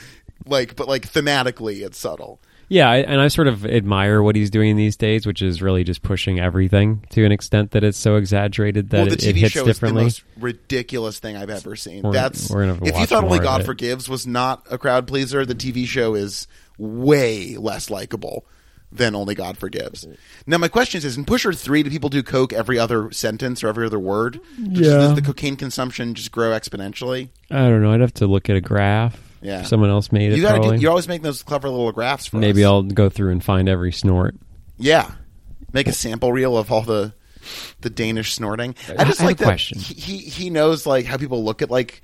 A: Like but like thematically it's subtle.
B: Yeah, I, and I sort of admire what he's doing these days, which is really just pushing everything to an extent that it's so exaggerated that
A: well, the
B: it,
A: TV
B: it hits
A: show
B: differently.
A: is the most ridiculous thing I've ever seen.
B: We're-
A: That's
B: we're gonna have to
A: if you
B: watch
A: thought Only
B: more of
A: God
B: it.
A: Forgives was not a crowd pleaser, the TV show is way less likable than Only God Forgives. Now, my question is: In Pusher Three, do people do coke every other sentence or every other word? Just-
B: Yeah.
A: Does the cocaine consumption just grow exponentially?
B: I don't know. I'd have to look at a graph.
A: Yeah.
B: someone else made it.
A: You gotta
B: probably.
A: do, you're always making those clever little graphs for
B: Maybe
A: us.
B: I'll go through and find every snort.
A: Yeah, make a sample reel of all the the Danish snorting. I
B: I
A: just
B: have
A: like
B: a
A: that
B: question.
A: He, he he knows like how people look at like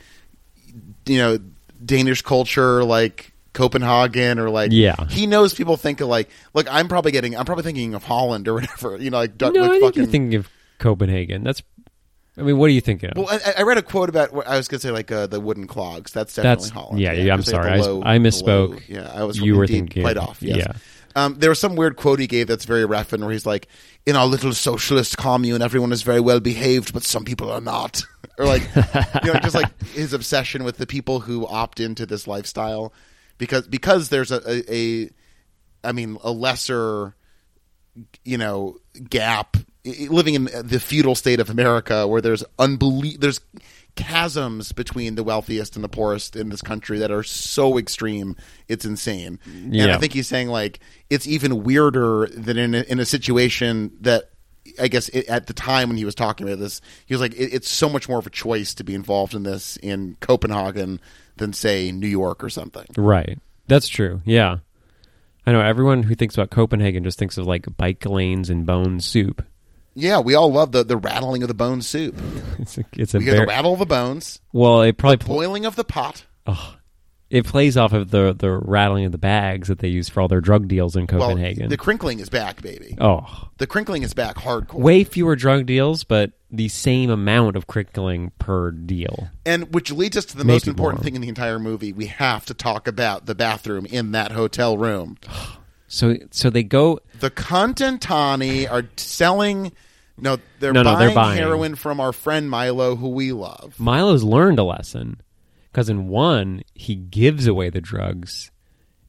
A: you know Danish culture, like Copenhagen or like
B: Yeah.
A: he knows people think of like like I'm probably getting I'm probably thinking of Holland or whatever you know like duck-
B: no,
A: like
B: I think
A: fucking
B: you're thinking of Copenhagen. That's, I mean, what are you thinking of?
A: well I, I read a quote about what I was gonna say like uh, the wooden clogs that's definitely
B: That's-
A: Holland
B: yeah, yeah, I'm
A: 'cause they have
B: sorry. I
A: the
B: s- I
A: the
B: misspoke.
A: low- yeah I was
B: You were
A: indeed
B: thinking-
A: played off yes.
B: yeah.
A: Um, there was some weird quote he gave that's very Refn, where he's like, "In our little socialist commune, everyone is very well behaved, but some people are not." or like, you know, just like his obsession with the people who opt into this lifestyle because because there's a, a, a I mean, a lesser, you know, gap I- I- living in the feudal state of America where there's unbelie- there's chasms between the wealthiest and the poorest in this country that are so extreme it's insane. And I
B: Yeah.
A: think he's saying like it's even weirder than in a, in a situation that I guess it, at the time when he was talking about this, he was like, it, "It's so much more of a choice to be involved in this in Copenhagen than say New York or something."
B: Right. That's true. Yeah. I know everyone who thinks about Copenhagen just thinks of like bike lanes and bone soup.
A: Yeah, we all love the the rattling of the bone soup.
B: It's a, it's a
A: We hear the
B: very,
A: rattle of the bones,
B: well. It probably pl-
A: boiling of the pot.
B: it plays off of the the rattling of the bags that they use for all their drug deals in
A: Well,
B: Copenhagen.
A: the crinkling is back, baby.
B: oh,
A: The crinkling is back hardcore.
B: way fewer drug deals, but the same amount of crinkling per deal.
A: And which leads us to the
B: Maybe
A: most important
B: more.
A: thing in the entire movie. We have to talk about the bathroom in that hotel room.
B: So so they go.
A: The Contentani are selling. No, they're,
B: No, no,
A: buying
B: they're buying.
A: heroin from our friend Milo, who we love.
B: Milo's learned a lesson because in one he gives away the drugs,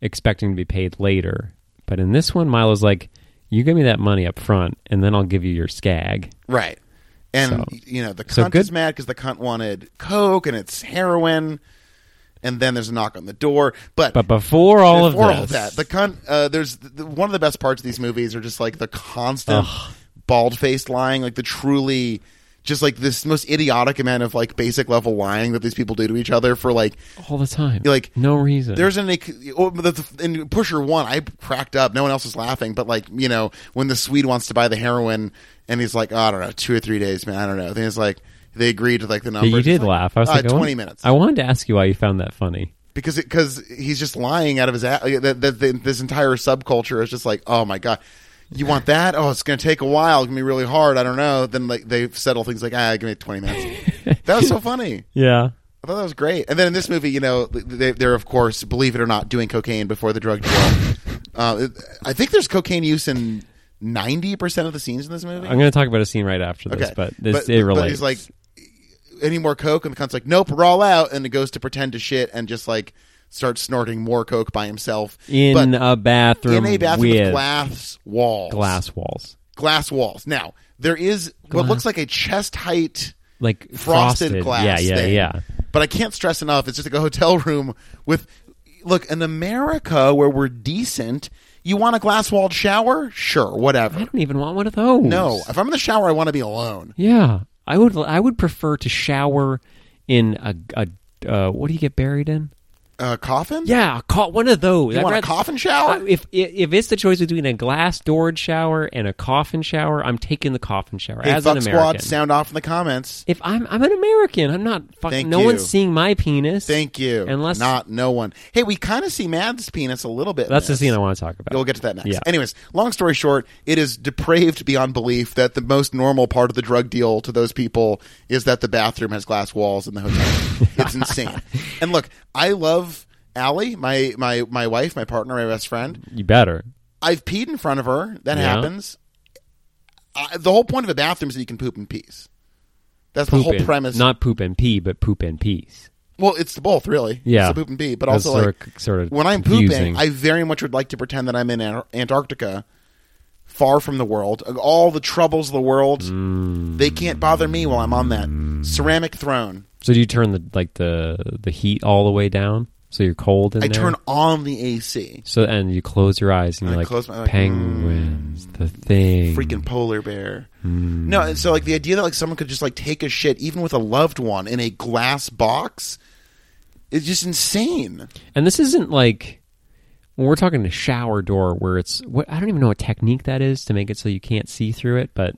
B: expecting to be paid later. But in this one, Milo's like, "You give me that money up front, and then I'll give you your scag."
A: Right. And,
B: So-
A: you know, the cunt
B: so good-
A: is mad because the cunt wanted Coke and it's heroin. And then there's a knock on the door. But
B: But before all
A: Before
B: of this,
A: all that, the con- uh, there's th- th- one of the best parts of these movies are just like the constant bald faced lying, like the truly just like this most idiotic amount of like basic level lying that these people do to each other for like
B: all the time,
A: Like,
B: no reason.
A: there's an oh, the- the- in pusher one I cracked up no one else was laughing but like you know when the Swede wants to buy the heroin and he's like oh, I don't know two or three days man I don't know then it's like they agreed to like the number
B: you
A: It's
B: did
A: like,
B: laugh. I was
A: uh,
B: like, I
A: twenty
B: want-
A: minutes
B: I wanted to ask you why you found that funny.
A: because because he's just lying out of his ass. That, that, that this entire subculture is just like, oh my god, you want that? Oh, it's going to take a while. It's going to be really hard. I don't know. Then like they settle things like, ah, give me twenty minutes. that was so funny.
B: Yeah.
A: I thought that was great. And then in this movie, you know, they, they're of course, believe it or not, doing cocaine before the drug deal. uh, it- I think there's cocaine use in ninety percent of the scenes in this movie.
B: I'm going to talk about a scene right after this,
A: Okay.
B: but this it relates.
A: he's like, any more coke? And the cunt's like, nope, we're all out. And it goes to pretend to shit and just like starts snorting more coke by himself
B: in
A: but
B: a
A: in
B: bathroom,
A: a bathroom
B: with
A: with glass walls,
B: glass walls,
A: glass walls. Now there is what looks like a chest height
B: like
A: frosted, glass.
B: Yeah, yeah,
A: thing.
B: yeah.
A: But I can't stress enough. It's just like a hotel room with look in America where we're decent. You want a glass walled shower? Sure,
B: I
A: whatever.
B: don't even want one of those.
A: No, if I'm in the shower, I want to be alone.
B: Yeah, I would. I would prefer to shower in a. a uh, what do you get buried in?
A: Uh, coffin?
B: Yeah, caught one of those.
A: You
B: I'd
A: want a
B: rather-
A: coffin shower?
B: I- if if it's the choice between a glass doored shower and a coffin shower, I'm taking the coffin shower
A: Hey,
B: as
A: fuck
B: an
A: squad,
B: American.
A: sound off in the comments.
B: if I'm I'm an American, I'm not
A: Thank
B: fucking. No
A: you.
B: one's seeing my penis.
A: Thank you.
B: Unless-
A: not no one. Hey, we kind of see Mad's penis a little bit. in
B: That's the
A: this.
B: scene I want to talk about.
A: We'll get to that next.
B: Yeah.
A: Anyways, long story short, it is depraved beyond belief that the most normal part of the drug deal to those people is that the bathroom has glass walls in the hotel. it's insane. And look, I love Allie, my my my wife, my partner, my best friend.
B: you better.
A: I've peed in front of her. That
B: Yeah.
A: happens. I, the whole point of a bathroom is that you can poop in peace. That's the
B: Poop
A: whole
B: and-
A: premise.
B: Not poop and pee, but poop and peas.
A: Well, it's the both, really.
B: Yeah.
A: it's a poop and pee. But
B: That's
A: also,
B: sort
A: like,
B: of- sort of
A: when I'm
B: confusing.
A: pooping, I very much would like to pretend that I'm in Antar- Antarctica, far from the world, all the troubles of the world.
B: Mm.
A: They can't bother me while I'm on that ceramic throne.
B: So do you turn the like the the heat all the way down so you're cold in
A: I
B: there?
A: turn on the AC.
B: so and you close your eyes and,
A: I
B: you're like,
A: close my- like, mm,
B: penguins, the thing.
A: Freaking polar bear.
B: Mm.
A: No, and so like the idea that like someone could just like take a shit, even with a loved one, in a glass box, is just insane.
B: And this isn't like when we're talking a shower door where it's what I don't even know what technique that is to make it so you can't see through it, but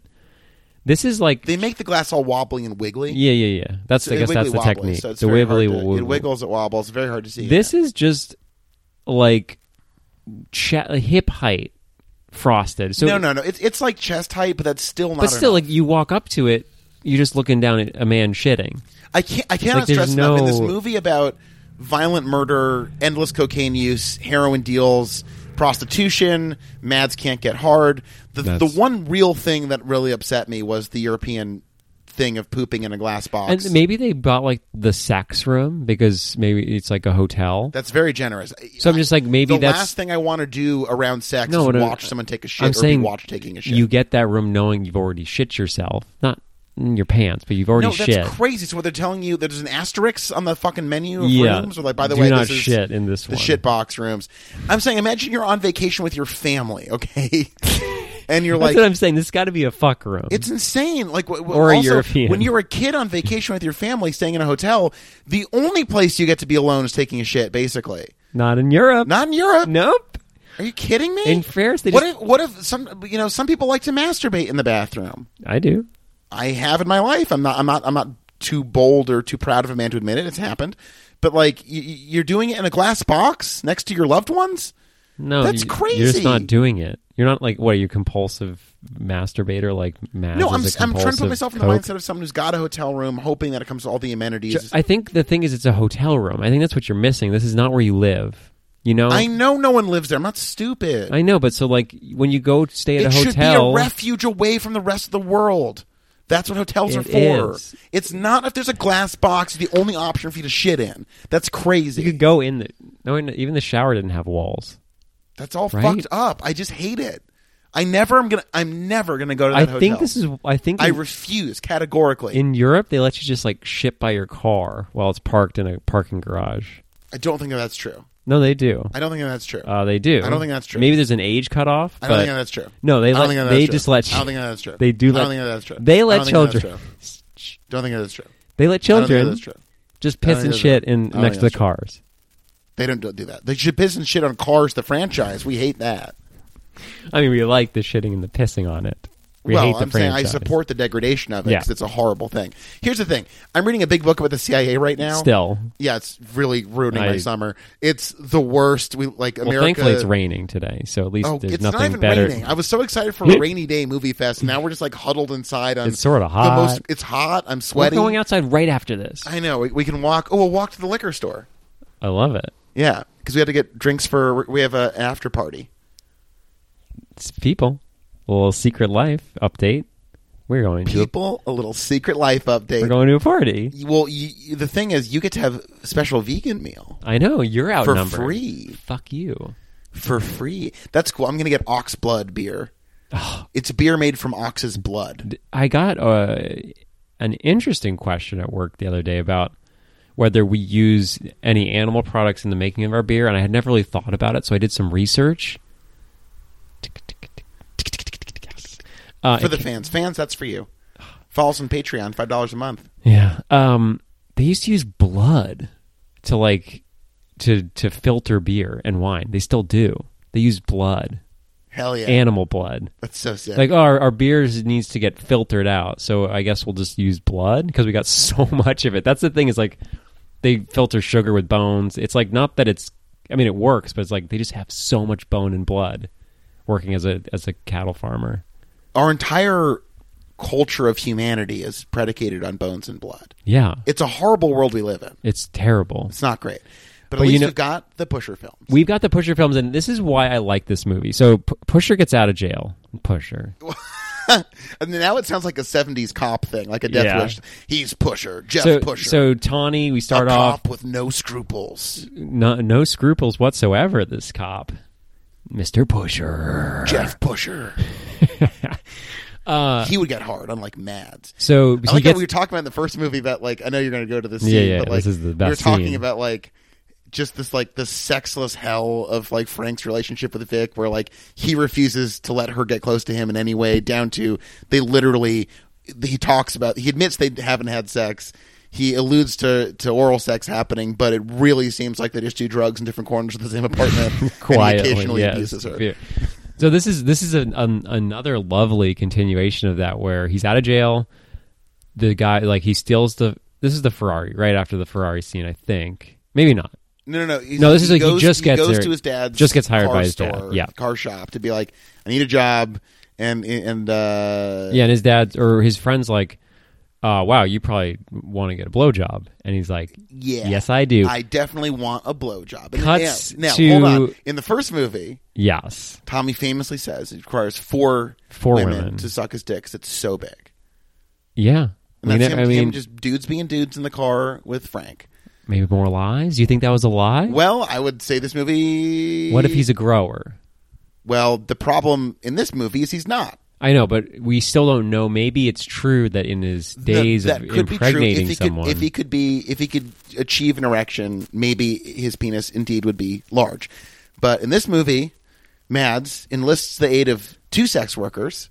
B: this is like
A: They make the glass all wobbly and wiggly.
B: yeah, yeah, yeah. That's I
A: It's
B: guess
A: wiggly
B: that's the
A: wobbly,
B: technique.
A: So it's
B: the
A: very
B: wibbly
A: hard to-
B: wobble.
A: It wiggles, it wobbles. Very hard to see.
B: This is just like cha- hip height frosted. So
A: no, no, no. It's it's like chest height, but that's still not.
B: but still,
A: enough.
B: like you walk up to it, you're just looking down at a man shitting.
A: I can't. I cannot
B: Like, there's
A: stress enough in this
B: no-
A: movie about violent murder, endless cocaine use, heroin deals, prostitution. Mads can't get hard. The the
C: That's-
A: one real thing that really upset me was the European thing of pooping in a glass box.
B: And maybe they bought like the sex room because maybe it's like a hotel.
A: that's very generous.
B: So I'm just like maybe
A: the
B: that's
A: last thing I want to do around sex
B: No,
A: is
B: no,
A: watch someone take a shit
B: I'm
A: or
B: saying
A: be watched taking a shit.
B: you get that room knowing you've already shit yourself, not in your pants, but you've already
A: no,
B: shit.
A: that's crazy. So what they're telling you there's an asterisk on the fucking menu of
B: Yeah.
A: rooms, or like by the
B: Do
A: way,
B: not
A: this is
B: shit in this
A: the
B: one.
A: shit box rooms. I'm saying, imagine you're on vacation with your family, okay, and you're
B: That's
A: like.
B: what I'm saying. This got to be a fuck room.
A: It's insane. Like, w- w-
B: Or a
A: also,
B: European.
A: when you're a kid on vacation with your family, staying in a hotel, the only place you get to be alone is taking a shit. Basically,
B: not in Europe.
A: not in Europe.
B: Nope.
A: Are you kidding me?
B: In France, they
A: what
B: just-
A: if what if some you know some people like to masturbate in the bathroom?
B: I do.
A: I have in my life. I'm not. I'm not. I'm not too bold or too proud of a man to admit it. It's happened. But like y- y- you're doing it in a glass box next to your loved ones.
B: No,
A: That's
B: you- You're
A: crazy.
B: just not doing it. You're not like what? Are you compulsive masturbator? Like Maz
A: No, I'm.
B: is a
A: s- I'm trying to put
B: compulsive
A: myself in the
B: coke?
A: mindset of someone who's got a hotel room, hoping that it comes to all the amenities. I,
B: I think the thing is, it's a hotel room. I think that's what you're missing. This is not where you live. You know,
A: know no one lives there. I'm not stupid.
B: I know, but so like when you go stay at
A: it
B: a
A: should be a
B: hotel,
A: refuge away from the rest of the world. That's what hotels are
B: It
A: for.
B: is.
A: It's not if there's a glass box the only option for you to shit in. That's crazy.
B: you could go in. The, no, even the shower didn't have walls.
A: That's all
B: Right?
A: fucked up. I just hate it. I never am gonna. I'm never gonna go to that
B: I
A: hotel.
B: think this is. I think
A: I
B: in,
A: refuse categorically.
B: in Europe they let you just like ship by your car while it's parked in a parking garage.
A: I don't think that that's true.
B: No, they do.
A: I don't think that that's true.
B: Uh, they do.
A: I don't think that's true.
B: Maybe there's an age cutoff.
A: I don't
B: but
A: think that's true.
B: No, they
A: I don't
B: let,
A: think that
B: they
A: that's
B: just
A: true.
B: let.
A: I don't think that that's true.
B: They do
A: I
B: let.
A: don't think that that's true.
B: They
A: I
B: let
A: don't think that that's
B: children.
A: Don't think that that's true.
B: They let
A: I don't think that
B: children
A: that's true.
B: just
A: I don't
B: piss
A: think
B: and
A: that's
B: shit
A: true. I
B: in
A: don't
B: next to the
A: think that's true.
B: cars.
A: They don't do do that. They should piss and shit on cars. The franchise. We hate that.
B: I mean, we like the shitting and the pissing on it. We
A: well,
B: hate the
A: I'm saying
B: franchise.
A: I support the degradation of it
B: Yeah.
A: 'cause it's a horrible thing. Here's the thing. I'm reading a big book about the CIA right now.
B: Still,
A: Yeah, it's really ruining my
B: I-
A: summer. It's the worst. We like America.
B: well, thankfully it's raining today, so at least
A: Oh,
B: there's
A: it's
B: nothing
A: not even
B: better.
A: raining. I was so excited for a rainy day movie fest. and Now we're just like huddled inside. On
B: It's sorta
A: the
B: hot.
A: it's hot. I'm
B: We're
A: sweating.
B: going outside right after this. I,
A: I know. We, we can walk. Oh, we'll walk to the liquor store.
B: love it.
A: Yeah, because we had to get drinks for. We have a, an after party.
B: It's people. A little secret life update. We're going to a,
A: People, a little secret life update.
B: we're going to a party.
A: well, you, you- the thing is, you get to have a special vegan meal
B: I know you're
A: for
B: outnumbered.
A: free.
B: Fuck you.
A: For free. That's cool. I'm gonna get ox blood beer. it's beer made from ox's blood.
B: I got uh, an interesting question at work the other day about whether we use any animal products in the making of our beer, and I had never really thought about it, so I did some research. Uh,
A: For the fans, fans, that's for you. Follow us on Patreon, five dollars a month.
B: yeah, um, they used to use blood to like to to filter beer and wine. They still do. They use blood,
A: Hell yeah,
B: animal blood.
A: that's so sick.
B: like oh, our, our beers needs to get filtered out so i guess we'll just use blood because we got so much of it that's the thing is like they filter sugar with bones it's like not that it's i mean it works but it's like they just have so much bone and blood working as a as a cattle farmer
A: Our entire culture of humanity is predicated on bones and blood.
B: yeah
A: It's a horrible world we live in.
B: it's terrible
A: It's not great. But,
B: But
A: at
B: you
A: least
B: know-
A: we've got the pusher film.
B: we've got the pusher films and this is why i like this movie so P- pusher gets out of jail pusher
A: And now it sounds like a '70s cop thing, like a Death
B: Yeah.
A: Wish. He's Pusher, Jeff
B: so
A: Pusher,
B: so tawny we
A: a
B: start off
A: cop with no scruples,
B: no, no scruples whatsoever this cop mr pusher
A: Jeff Pusher.
B: Uh,
A: he would get hard, unlike Mads.
B: so
A: I
B: he
A: like
B: gets
A: how we were talking about in the first movie that, like, I know you're going to go to this scene,
B: Yeah, yeah,
A: but like,
B: this is the
A: we were
B: best
A: talking
B: scene.
A: about like just this like the sexless hell of like Frank's relationship with Vic, where like he refuses to let her get close to him in any way, down to they literally he talks about he admits they haven't had sex. He alludes to, to oral sex happening, but it really seems like they just do drugs in different corners of the same apartment. and he
B: quietly
A: occasionally
B: yes.
A: abuses her.
B: Yeah. So this is this is an, an, another lovely continuation of that where he's out of jail. The guy like he steals the this is the Ferrari right after the Ferrari scene I think maybe not
A: No, no, no. He's-
B: No, this is like he
A: goes,
B: just gets
A: goes
B: there-
A: to his dad's
B: just gets hired
A: car
B: by his
A: store,
B: dad, yeah.
A: car shop to be like, I need a job, and and uh,
B: Yeah, and his dad or his friend's like, uh, wow, you probably want to get a blowjob. And he's like,
A: yeah,
B: yes, I do.
A: I definitely want a blowjob. And
B: Cuts
A: now, now,
B: to-
A: hold on. In the first movie,
B: yes.
A: Tommy famously says it requires four
B: Four
A: women,
B: women.
A: to suck his dick 'cause it's so big.
B: Yeah.
A: And
B: I mean,
A: that's him,
B: I
A: him
B: mean
A: just dudes being dudes in the car with Frank.
B: maybe more lies. You think that was a lie?
A: Well, I would say this movie.
B: what if he's a grower?
A: Well, the problem in this movie is he's not.
B: I know, but we still don't know. Maybe it's true that in his
A: That-
B: days
A: that
B: of
A: could be true. If
B: impregnating
A: he
B: someone,
A: could, if he could be, if he could achieve an erection, maybe his penis indeed would be large. But in this movie, Mads enlists the aid of two sex workers,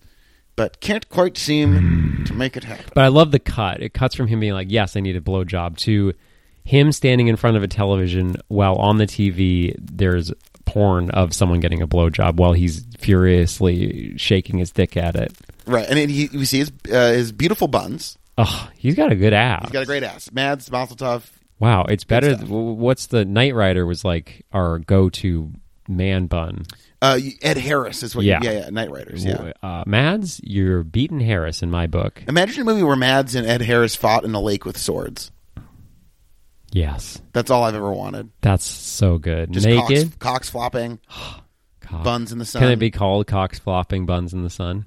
A: but can't quite seem to make it happen.
B: but I love the cut. It cuts from him being like, "Yes, I need a blowjob," to him standing in front of a television while on the TV there's porn of someone getting a blowjob while he's furiously shaking his dick at it.
A: Right, and then he, we see his uh, his beautiful buns.
B: Oh, he's got a good ass.
A: He's got a great ass. Mads Mazel Tov.
B: wow, it's better.
A: stuff.
B: w- What's the Knight Rider was like our go-to man bun.
A: Uh, Ed Harris is what. Yeah,
B: Yeah.
A: yeah, yeah Night Riders. Yeah.
B: Uh, Mads, you're beaten Harris in my book.
A: Imagine a movie where Mads and Ed Harris fought in a lake with swords.
B: Yes,
A: That's all I've ever wanted.
B: that's so good.
A: Just
B: Naked
A: cocks, cocks flopping,
B: cock.
A: buns in the sun.
B: Can it be called cocks flopping buns in the sun?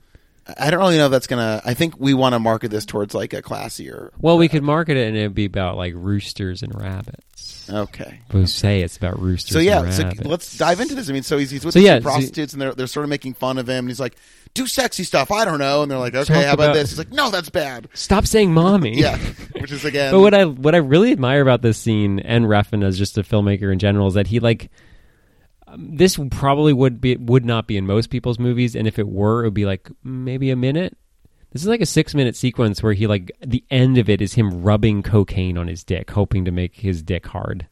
A: I don't really know if that's gonna. I think we want to market this towards like a classier.
B: Well, we could market it and it'd be about like roosters and rabbits.
A: Okay.
B: We say it's about roosters.
A: So yeah,
B: and
A: so
B: rabbits.
A: let's dive into this. I mean, so he's, he's with
B: So,
A: these
B: yeah,
A: two
B: so-
A: prostitutes, and they're they're sort of making fun of him, and he's like, "Do sexy stuff." I don't know, and they're like, "Okay,
B: Talk
A: how about,
B: about-
A: this?" He's like, "No, that's bad."
B: Stop saying mommy.
A: Yeah, which is again.
B: But what I what I really admire about this scene and Refn as just a filmmaker in general is that he like um, this probably would be would not be in most people's movies, and if it were, it would be like maybe a minute. This is like a six minute sequence where he like the end of it is him rubbing cocaine on his dick, hoping to make his dick hard.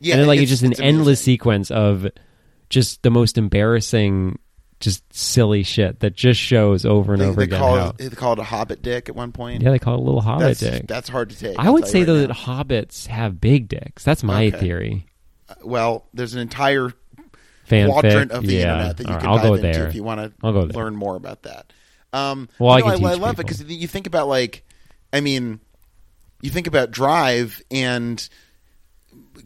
A: yeah,
B: and then, like it's, just an
A: amazing.
B: endless sequence of just the most embarrassing, just silly shit that just shows over and
A: They,
B: over
A: they
B: again.
A: call
B: how-
A: it, they call it a hobbit dick at one point.
B: yeah, they call it little hobbit
A: that's,
B: dick.
A: that's hard to take.
B: I
A: I'll
B: would
A: tell
B: say
A: you
B: though
A: right
B: that hobbits have big dicks. That's my
A: Okay.
B: theory.
A: now. well, there's an entire
B: Fanfic.
A: quadrant of the
B: yeah.
A: internet that you
B: All right,
A: can
B: I'll
A: dive
B: go
A: into
B: there.
A: if you want to
B: I'll go there.
A: learn more about that. Um,
B: Well, I
A: no,
B: can
A: I, I love it
B: teach people.
A: because you think about like, I mean, you think about Drive and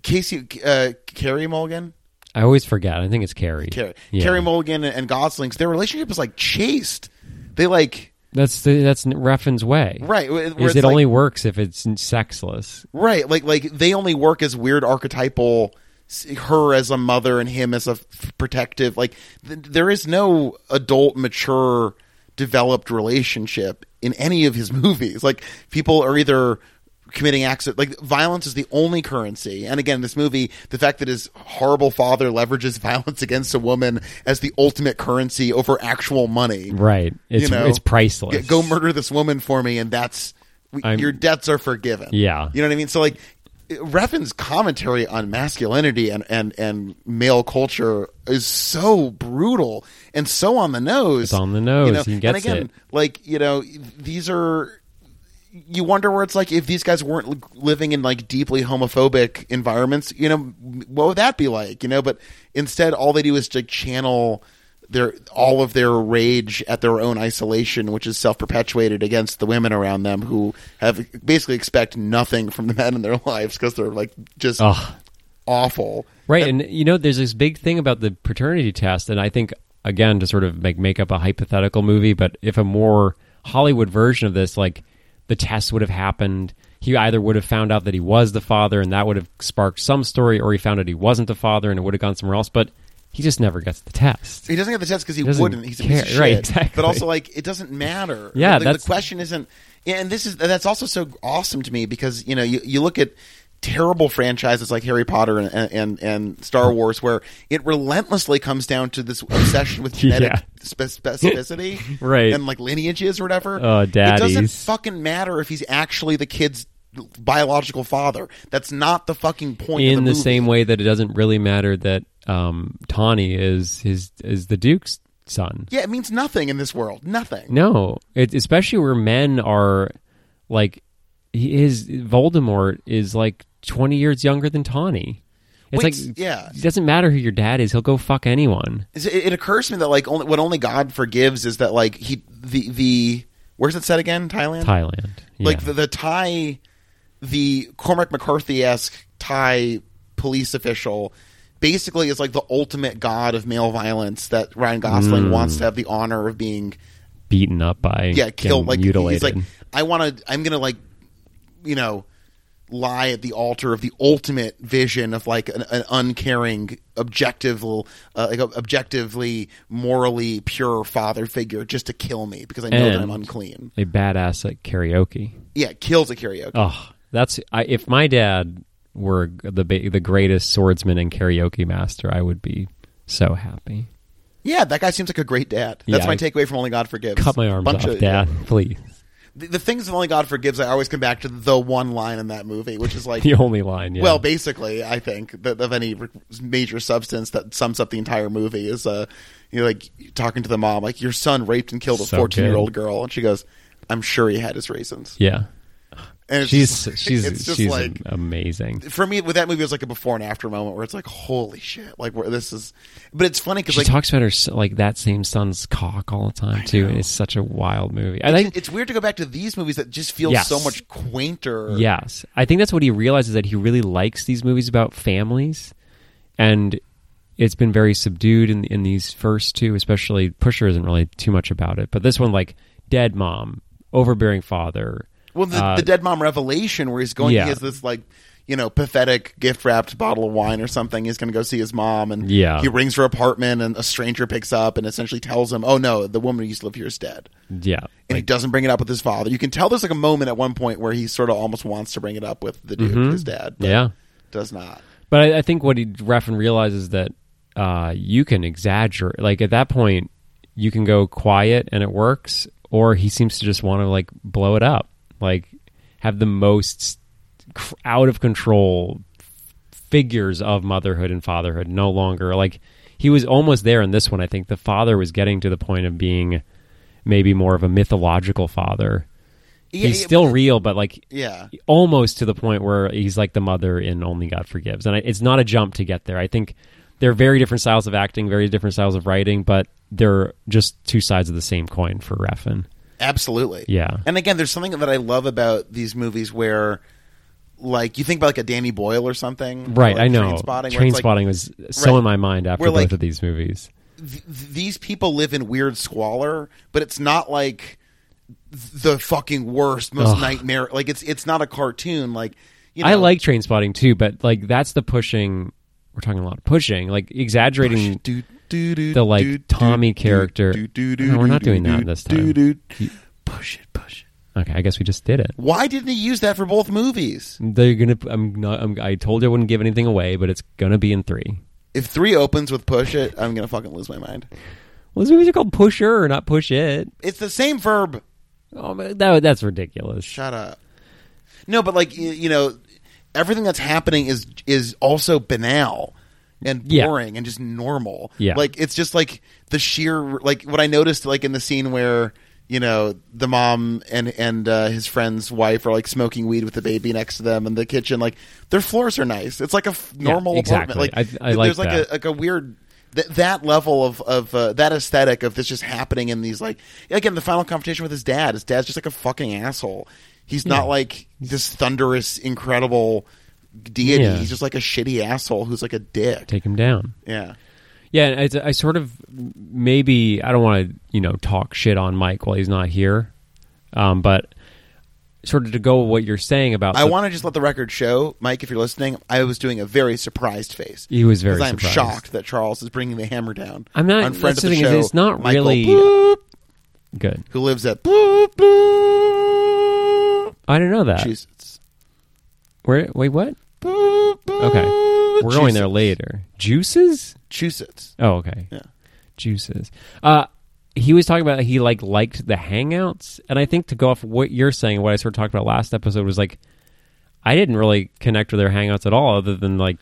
A: Casey uh, Carrie Mulligan,
B: I always forget. I think it's Carrie.
A: Carrie,
B: Yeah.
A: Carrie Mulligan and Gosling's their relationship is like chaste. They like
B: That's the, that's Reffin's way.
A: right. where
B: Is
A: it's
B: it
A: like-
B: only works if it's n- sexless?
A: right? Like like they only work as weird archetypal. s- Her as a mother and him as a f- protective. Like th- there is no adult, mature, developed relationship in any of his movies. Like people are either committing acts of, like violence is the only currency and again this movie the fact that his horrible father leverages violence against a woman as the ultimate currency over actual money
B: Right. It's
A: know,
B: it's priceless.
A: yeah, go murder this woman for me, and that's we,
B: I'm-
A: your debts are forgiven.
B: Yeah.
A: you know what I mean. So like, Refn's commentary on masculinity and and and male culture is so brutal and so on the nose. It's
B: on the nose.
A: You know?
B: He
A: and
B: gets
A: again,
B: it.
A: like you know, these are. You wonder where it's like if these guys weren't li- living in like deeply homophobic environments, you know, what would that be like, you know? But instead, all they do is to channel their all of their rage at their own isolation, which is self perpetuated against the women around them who have basically expect nothing from the men in their lives because they're like just
B: Ugh.
A: awful.
B: Right, and you know, there's this big thing about the paternity test, and I think again to sort of make make up a hypothetical movie, but if a more Hollywood version of this, like the test would have happened, he either would have found out that he was the father, and that would have sparked some story, or he found out he wasn't the father, and it would have gone somewhere else. But he just never gets the test.
A: He doesn't get the test because he,
B: Doesn't
A: wouldn't. He's a piece of
B: care.
A: shit.
B: Right, exactly.
A: But also, like, it doesn't matter.
B: Yeah,
A: Like, the,
B: that's-
A: question isn't. And this is that's also so awesome to me because you know you, you look at terrible franchises like Harry Potter and and and Star Wars where it relentlessly comes down to this obsession with genetic
B: Yeah.
A: spe- specificity,
B: Right.
A: And like lineages or whatever.
B: Oh,
A: It doesn't
B: daddies.
A: fucking matter if he's actually the kid's biological father. That's not the fucking point. of
B: In
A: the,
B: the
A: movie.
B: same way that it doesn't really matter that um, Tawny is his is the Duke's son.
A: yeah, it means nothing in this world. Nothing.
B: No, it, especially where men are like he- his Voldemort is like twenty years younger than Tawny. It's
A: Wait,
B: like
A: yeah.
B: it doesn't matter who your dad is; he'll go fuck anyone.
A: It, it occurs to me that like only what only God forgives is that like he the the where's it said again? Thailand.
B: Thailand,
A: Like
B: Yeah.
A: the, the Thai, the Cormac McCarthy esque Thai police official, basically is like the ultimate god of male violence that Ryan Gosling wants to have the honor of being.
B: beaten up by
A: Yeah, killed.
B: and
A: Like
B: mutilated.
A: he's like, I want to. I'm gonna like, you know, lie at the altar of the ultimate vision of like an, an uncaring, objective, uh, like objectively morally pure father figure just to kill me because I know that
B: And-
A: I'm unclean.
B: a badass at karaoke.
A: Yeah, kills a karaoke.
B: Oh, that's I, if my dad were the ba- the greatest swordsman and karaoke master, I would be so happy.
A: Yeah, that guy seems like a great dad. That's
B: Yeah,
A: my
B: I-
A: takeaway from Only God Forgives.
B: Cut my arms
A: Bunch
B: off,
A: of-
B: Dad, please.
A: The, the things of Only God Forgives, I always come back to the one line in that movie, which is like,
B: The only line. Yeah.
A: well, basically, I think that of any re- major substance that sums up the entire movie is, uh, you know, like talking to the mom, like your son raped and killed a
B: So
A: fourteen-year-old
B: good.
A: girl, and she goes, "I'm sure he had his reasons."
B: yeah.
A: And it's
B: She's
A: just- it's
B: she's
A: just
B: she's
A: like
B: amazing.
A: for me with that movie, it was like a before and after moment where it's like, holy shit, like where this is. But it's funny because
B: She
A: like
B: talks about her s- like that same son's cock all the time too. and It's such a wild movie. I think
A: it's weird to go back to these movies that just feel
B: Yes.
A: so much quainter.
B: Yes. I think that's what he realizes that he really likes these movies about families and it's been very subdued in in these first two, especially Pusher isn't really too much about it. But this one like dead mom, overbearing father.
A: Well, the,
B: uh,
A: the dead mom revelation where he's going,
B: yeah.
A: he has this like, you know, pathetic gift wrapped bottle of wine or something. He's going to go see his mom, and
B: Yeah.
A: he rings her apartment, and a stranger picks up and essentially tells him, "Oh no, the woman who used to live here is dead."
B: yeah.
A: And he doesn't bring it up with his father. You can tell there's like a moment at one point where he sort of almost wants to bring it up with the dude, his dad. But
B: Mm-hmm. Yeah.
A: does not.
B: But I, I think what he Refn realizes that uh, you can exaggerate. Like at that point, you can go quiet and it works, or he seems to just want to like blow it up, like have the most cr- out of control figures of motherhood and fatherhood. No longer like he was almost there in this one. I think the father was getting to the point of being maybe more of a mythological father.
A: Yeah,
B: He's
A: yeah,
B: still real, but like
A: yeah.
B: almost to the point where he's like the mother in Only God Forgives. And I, it's not a jump to get there. I think they're very different styles of acting, very different styles of writing, but they're just two sides of the same coin for Refn.
A: Absolutely.
B: Yeah.
A: And again, there's something that I love about these movies where, like, you think about like a Danny Boyle or something,
B: Right,
A: or, like,
B: I know.
A: Trainspotting, where
B: Train
A: it's, like,
B: spotting was so
A: Right.
B: in my mind after
A: We're
B: both
A: like-
B: of these movies.
A: th- these people live in weird squalor, but it's not like the fucking worst, most nightmare. Like it's it's not a cartoon. Like you know,
B: I like train spotting too, but like that's the pushing. We're talking a lot of pushing, like exaggerating
A: do, do, do,
B: the like
A: do, do,
B: Tommy
A: do,
B: character.
A: do, do, do,
B: no, we're
A: do,
B: not
A: do,
B: doing
A: do,
B: that this
A: do,
B: time.
A: do. Push it, push it.
B: Okay, I guess we just did it.
A: Why didn't he use that for both movies?
B: They're gonna. I'm not. I'm, I told you I wouldn't give anything away, but it's gonna be in three.
A: If three opens with push it, I'm gonna fucking lose my mind.
B: Well, these movies are called Pusher, not Push It.
A: It's the same verb.
B: Oh, man, that, that's ridiculous.
A: Shut up. No, but like y- you know, everything that's happening is is also banal and
B: Yeah.
A: boring and just normal.
B: Yeah.
A: like it's just like the sheer like what I noticed like in the scene where you know the mom and and uh, his friend's wife are like smoking weed with the baby next to them in the kitchen. Like their floors are nice. It's like a f- normal
B: exactly.
A: apartment.
B: I- I like
A: there's like
B: that.
A: a like a weird. Th- that level of of uh, that aesthetic of this just happening in these like again the final confrontation with his dad his dad's just like a fucking asshole he's not like this thunderous incredible deity
B: Yeah.
A: he's just like a shitty asshole who's like a dick
B: Take him down.
A: yeah
B: Yeah, and it's, I sort of maybe I don't want to you know talk shit on Mike while he's not here, um, but sort of to go with what you're saying about
A: I
B: the-
A: want to just let the record show Mike if you're listening I was doing a very surprised face
B: He was very
A: because I'm
B: surprised.
A: shocked that Charles is bringing the hammer down
B: I'm not.
A: on friend
B: that's
A: of the
B: thing is
A: show
B: it's not
A: Michael
B: really uh,
A: Bloop,
B: good.
A: who lives at bloop, bloop,
B: I didn't know that.
A: Massachusetts
B: Where? Wait, what?
A: Bloop, bloop,
B: Okay, we're going there
A: Massachusetts.
B: later. Juices?
A: Massachusetts.
B: Oh, okay.
A: Yeah.
B: juices. Uh, he was talking about he like liked the hangouts, and I think to go off what you're saying, what I sort of talked about last episode was like, I didn't really connect with their hangouts at all, other than like,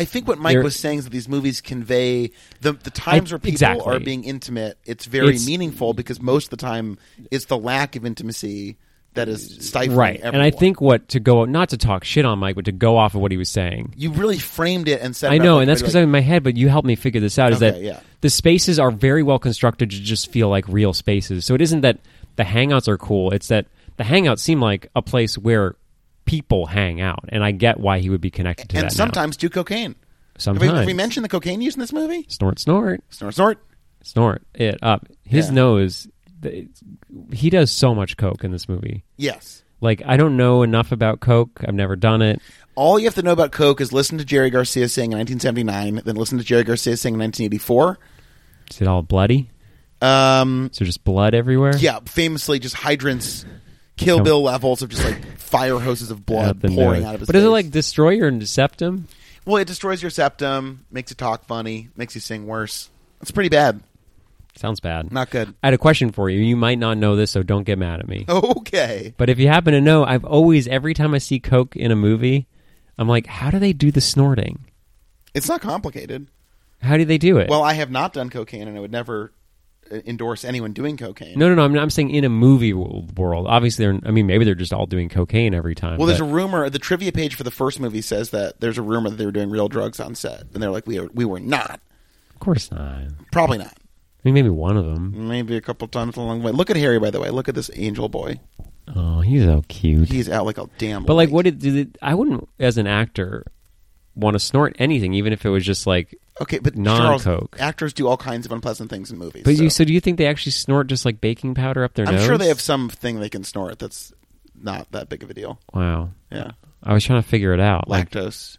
A: I think what Mike
B: They're-
A: was saying is that these movies convey the the times
B: I-
A: where people
B: exactly.
A: are being intimate. It's very
B: It's-
A: meaningful because most of the time it's the lack of intimacy that is stifling
B: right.
A: everyone.
B: And I think what to go not to talk shit on Mike, but to go off of what he was saying.
A: you really framed it and said,
B: I
A: it up
B: know,
A: like-
B: and that's because
A: like,
B: I'm in my head. But you helped me figure this out. Is
A: Okay,
B: that
A: yeah.
B: the spaces are very well constructed to just feel like real spaces. So it isn't that the hangouts are cool. It's that the hangouts seem like a place where people hang out, and I get why he would be connected to
A: and
B: that. now.
A: sometimes do cocaine. Have we,
B: sometimes
A: have we mentioned the cocaine use in this movie?
B: snort, snort,
A: Snort, snort.
B: snort it up. His
A: Yeah.
B: nose. th- He does so much coke in this movie.
A: Yes.
B: Like I don't know enough about coke. I've never done it.
A: All you have to know about coke is listen to Jerry Garcia sing in 1979, then listen to Jerry Garcia sing in 1984.
B: Is it all bloody?
A: Um,
B: Is there just blood everywhere?
A: yeah, famously just hydrants, Kill Bill levels of just like fire hoses of blood
B: Out the
A: pouring
B: nose.
A: out of his
B: But does it
A: face.
B: like destroy your septum?
A: Well, it destroys your septum, makes you talk funny, makes you sing worse. It's pretty bad.
B: Sounds bad.
A: Not good.
B: I had a question for you. You might not know this, so don't get mad at me.
A: Okay.
B: But if you happen to know, I've always every time I see coke in a movie, I'm like, how do they do the snorting?
A: It's not complicated.
B: How do they do it?
A: Well, I have not done cocaine, and I would never uh, endorse anyone doing cocaine.
B: no, no, no. I'm, I'm saying in a movie wo- world. Obviously, they're. I mean, maybe they're just all doing cocaine every time.
A: Well, there's a
B: but-
A: rumor. The trivia page for the first movie says that there's a rumor that they were doing real drugs on set, and they're like, "We are, we were not.
B: of course not. I
A: Probably not.
B: mean, maybe one of them.
A: Maybe a couple times along the way. Look at Harry, by the way. Look at this angel boy.
B: Oh, he's so cute.
A: He's out like a damn.
B: But like,
A: light.
B: what did, did it, I wouldn't as an actor want to snort anything, even if it was just like.
A: Okay, but
B: Non-coke.
A: Charles, actors do all kinds of unpleasant things in movies.
B: But
A: so.
B: you so do you think they actually snort just like baking powder up their
A: I'm
B: nose?
A: sure they have something they can snort that's not that big of a deal.
B: Wow,
A: Yeah,
B: I was trying to figure it out. Like,
A: lactose.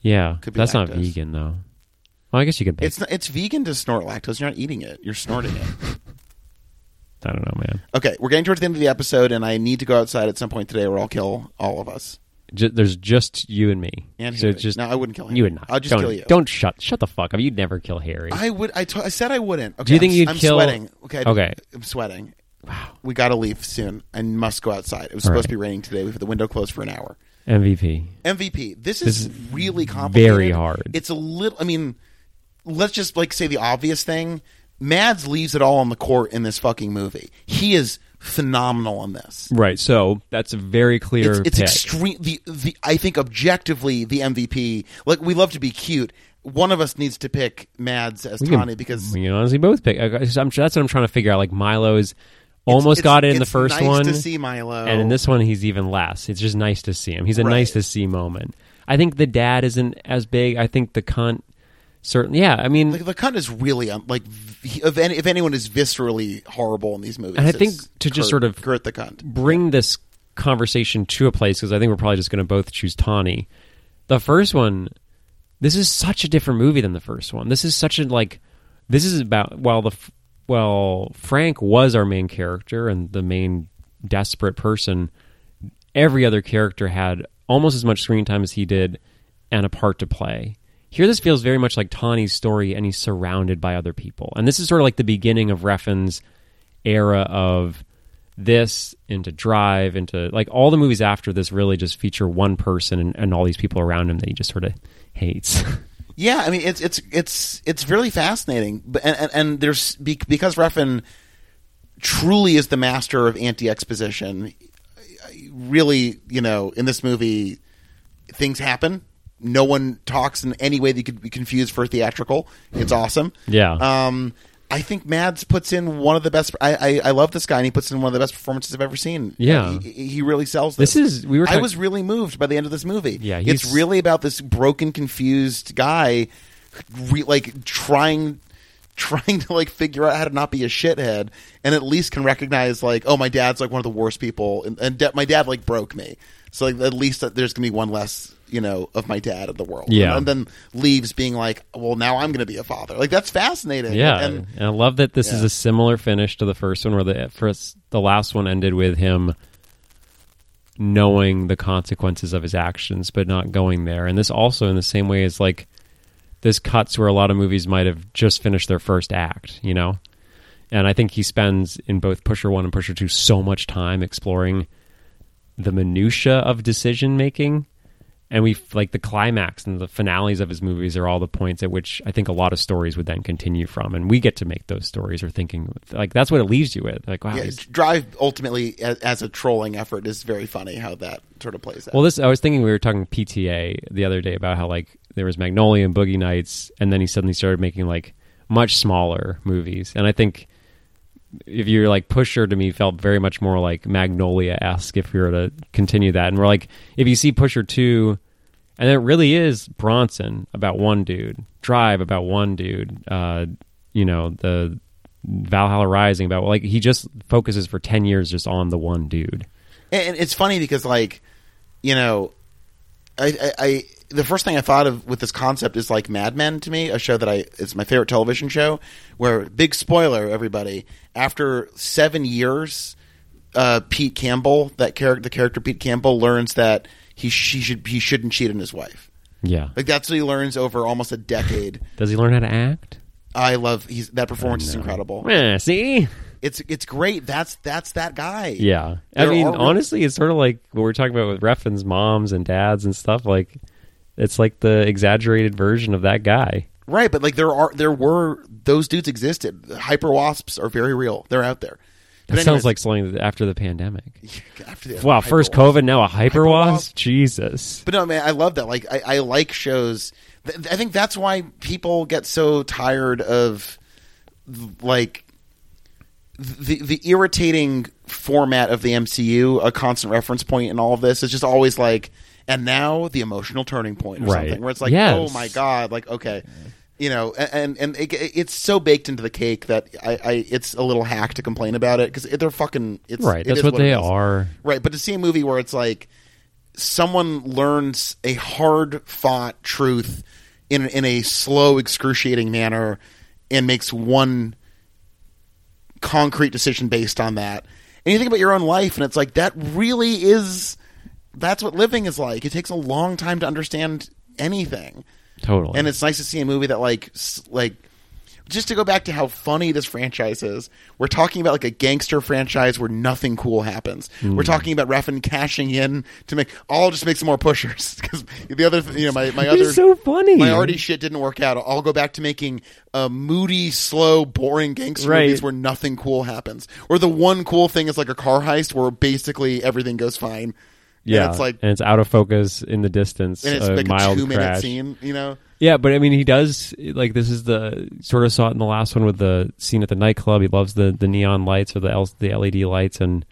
B: yeah,
A: could be
B: that's not
A: lactose.
B: vegan though. Well, I guess you could bake.
A: It's not, it's vegan to snort lactose. You're not eating it. You're snorting it.
B: I don't know, man.
A: Okay, we're getting towards the end of the episode, and I need to go outside at some point today, or I'll kill all of us.
B: Ju- there's just you and me.
A: And
B: so
A: Harry.
B: it's just
A: no, I wouldn't kill him.
B: you would not.
A: I'll just
B: Don't-
A: kill you.
B: Don't shut shut the fuck up. You'd never kill Harry.
A: I would. I, t- I said I wouldn't. Okay,
B: Do you think
A: I'm,
B: you'd
A: I'm
B: kill-
A: Sweating. Okay.
B: Okay.
A: I'm sweating. Wow. We gotta leave soon. I must go outside. It was
B: All
A: supposed to
B: right.
A: be raining today. We had the window closed for an hour.
B: MVP.
A: MVP. This is,
B: is
A: really complicated.
B: very hard.
A: It's a little. I mean, let's just like say the obvious thing. Mads leaves it all on the court in this fucking movie. He is phenomenal in this.
B: Right. So that's a very clear.
A: It's, it's extreme. The the I think objectively the MVP. Like we love to be cute. One of us needs to pick Mads as Tawny because
B: we can honestly both pick. I- I- I'm, that's what I'm trying to figure out. Like Milo's almost
A: it's-
B: got it in the
A: it's
B: first
A: nice
B: one,
A: to see Milo.
B: and in this one he's even less. It's just nice to see him. He's a
A: Oh. Right.
B: nice to see moment. I think the dad isn't as big. I think the cunt certainly. Yeah, I mean,
A: like, the cunt is really um, like v- he- if any, if anyone is viscerally horrible in these movies.
B: And I
A: it's
B: think to just
A: Kurt-
B: sort of-
A: Kurt the cunt.
B: bring this conversation to a place because I think we're probably just going to both choose Tawny. The first one, this is such a different movie than the first one. This is such a like, this is about while the f- well Frank was our main character and the main desperate person. Every other character had almost as much screen time as he did and a part to play. Here, this feels very much like Tawny's story, and he's surrounded by other people. And this is sort of like the beginning of Refn's era of this into drive into like all the movies after this really just feature one person and, and all these people around him that he just sort of hates
A: Yeah, I mean it's it's it's it's really fascinating, but and and, and there's be- because Refn truly is the master of anti exposition. Really, you know, in this movie, things happen. No one talks in any way that you could be confused for theatrical. It's awesome.
B: Yeah.
A: Um, I think Mads puts in one of the best. I, I I love this guy, and he puts in one of the best performances I've ever seen.
B: Yeah.
A: he, he really sells this.
B: This is- we were
A: I
B: talk-
A: was really moved by the end of this movie.
B: Yeah,
A: it's
B: he's-
A: really really about this broken, confused guy, re- like trying, trying to like figure out how to not be a shithead, and at least can recognize like, oh, my dad's like one of the worst people, and, and da- my dad like broke me, so like at least that there's gonna be one less, you know, of my dad in the world.
B: Yeah.
A: and, then leaves being like, well, now I'm gonna be a father. Like that's fascinating.
B: yeah
A: and
B: and, i love that this is
A: yeah.
B: a similar finish to the first one where the first the last one ended with him knowing the consequences of his actions but not going there and this also in the same way is like this cuts where a lot of movies might have just finished their first act you know and i think he spends in both pusher 1 and pusher 2 so much time exploring the minutia of decision making and we like the climax and the finales of his movies are all the points at which I think a lot of stories would then continue from, and we get to make those stories or thinking like that's what it leaves you with. Like wow,
A: Yeah,
B: he's-
A: Drive ultimately as, as a trolling effort is very funny how that sort of plays out.
B: Well, this I was thinking we were talking PTA the other day about how like there was Magnolia and Boogie Nights, and then he suddenly started making like much smaller movies, and I think if you're like Pusher to me felt very much more like Magnolia esque if we were to continue that, and we're like if you see Pusher two, and it really is Bronson about one dude, Drive about one dude, uh, you know the Valhalla Rising about like he just focuses for ten years just on the one dude.
A: And it's funny because, like, you know, I, I, I the first thing I thought of with this concept is like Mad Men to me, a show that I it's my favorite television show. Where big spoiler, everybody, after seven years, uh, Pete Campbell, that character, the character Pete Campbell, learns that he she should he shouldn't cheat on his wife.
B: Yeah.
A: Like that's what he learns over almost a decade.
B: Does he learn how to act?
A: I love he's that performance is incredible.
B: Eh, see?
A: It's it's great. That's that's that guy.
B: Yeah. I
A: There
B: mean,
A: are real-
B: honestly, it's sort of like what we're talking about with Reffin's moms and dads and stuff. Like, it's like the exaggerated version of that guy.
A: Right, but like there are there were those dudes existed. Hyper wasps are very real. They're out there. But
B: That sounds
A: anyways-
B: like something that- after the pandemic.
A: after the-
B: Wow,
A: hyper
B: first
A: wasp.
B: COVID, now a hyper wasp?
A: wasp?
B: Jesus.
A: But no, man, I love that. Like I, I like shows. Th- I think that's why people get so tired of like the the irritating format of the MCU, a constant reference point in all of this. It's just always like, and now the emotional turning point or
B: Right.
A: something, where it's like,
B: Yes.
A: oh my god, like okay, you know, a- and and it, it's so baked into the cake that I, I it's a little hack to complain about it because they're fucking it's
B: Right.
A: it
B: That's
A: is
B: what,
A: it
B: they
A: is.
B: are.
A: Right, but to see a movie where it's like someone learns a hard fought truth in in a slow, excruciating manner and makes one concrete decision based on that. And you think about your own life and it's like that really is that's what living is like. It takes a long time to understand anything.
B: Totally.
A: And it's nice to see a movie that like s- like just to go back to how funny this franchise is. We're talking about like a gangster franchise where nothing cool happens.
B: Hmm.
A: We're talking about Reffin cashing in to make I'll just make some more pushers because the other th- you know my my
B: It's
A: other
B: so funny.
A: my already shit didn't work out. I'll go back to making uh, moody, slow, boring gangster
B: Right.
A: movies where nothing cool happens, or the one cool thing is like a car heist where basically everything goes fine.
B: yeah.
A: and it's like
B: and it's out of focus in the distance.
A: and it's
B: a
A: like a
B: mild
A: two minute
B: crash.
A: scene, you know.
B: Yeah, but I mean, he does like this is the sort of saw it in the last one with the scene at the nightclub. He loves the the neon lights or the L, the LED lights, and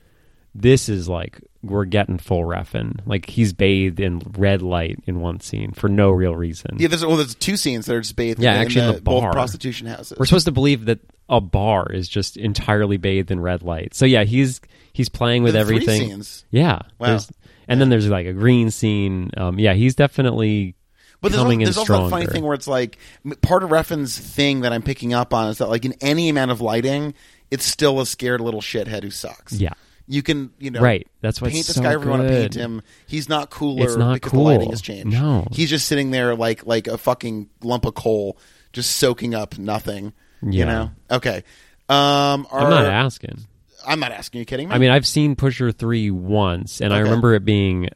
B: this is like we're getting full reffin. Like he's bathed in red light in one scene for no real reason.
A: Yeah, there's well, there's two scenes that are just bathed.
B: Yeah,
A: in
B: actually in
A: the,
B: the bar.
A: both prostitution houses.
B: We're supposed to believe that a bar is just entirely bathed in red light. So yeah, he's he's playing with
A: There are three
B: everything.
A: scenes.
B: Yeah.
A: Wow.
B: there's- And then there's like a green scene. Um, yeah, he's definitely
A: But there's, al-
B: coming
A: there's
B: in
A: also
B: stronger.
A: that funny thing where it's like m- part of Reffin's thing that I'm picking up on is that like in any amount of lighting, it's still a scared little shithead who sucks.
B: Yeah.
A: you can you know
B: Right. That's why
A: paint
B: it's
A: this
B: so
A: guy everyone to
B: good.
A: paint him. He's not cooler
B: It's not
A: because the lighting
B: cool.
A: has changed.
B: No.
A: he's just sitting there like like a fucking lump of coal, just soaking up nothing.
B: Yeah.
A: You know? Okay. Um,
B: I'm not
A: are-
B: asking.
A: I'm not asking. You kidding me?
B: I mean, I've seen Pusher Three once, and I
A: Okay.
B: remember it being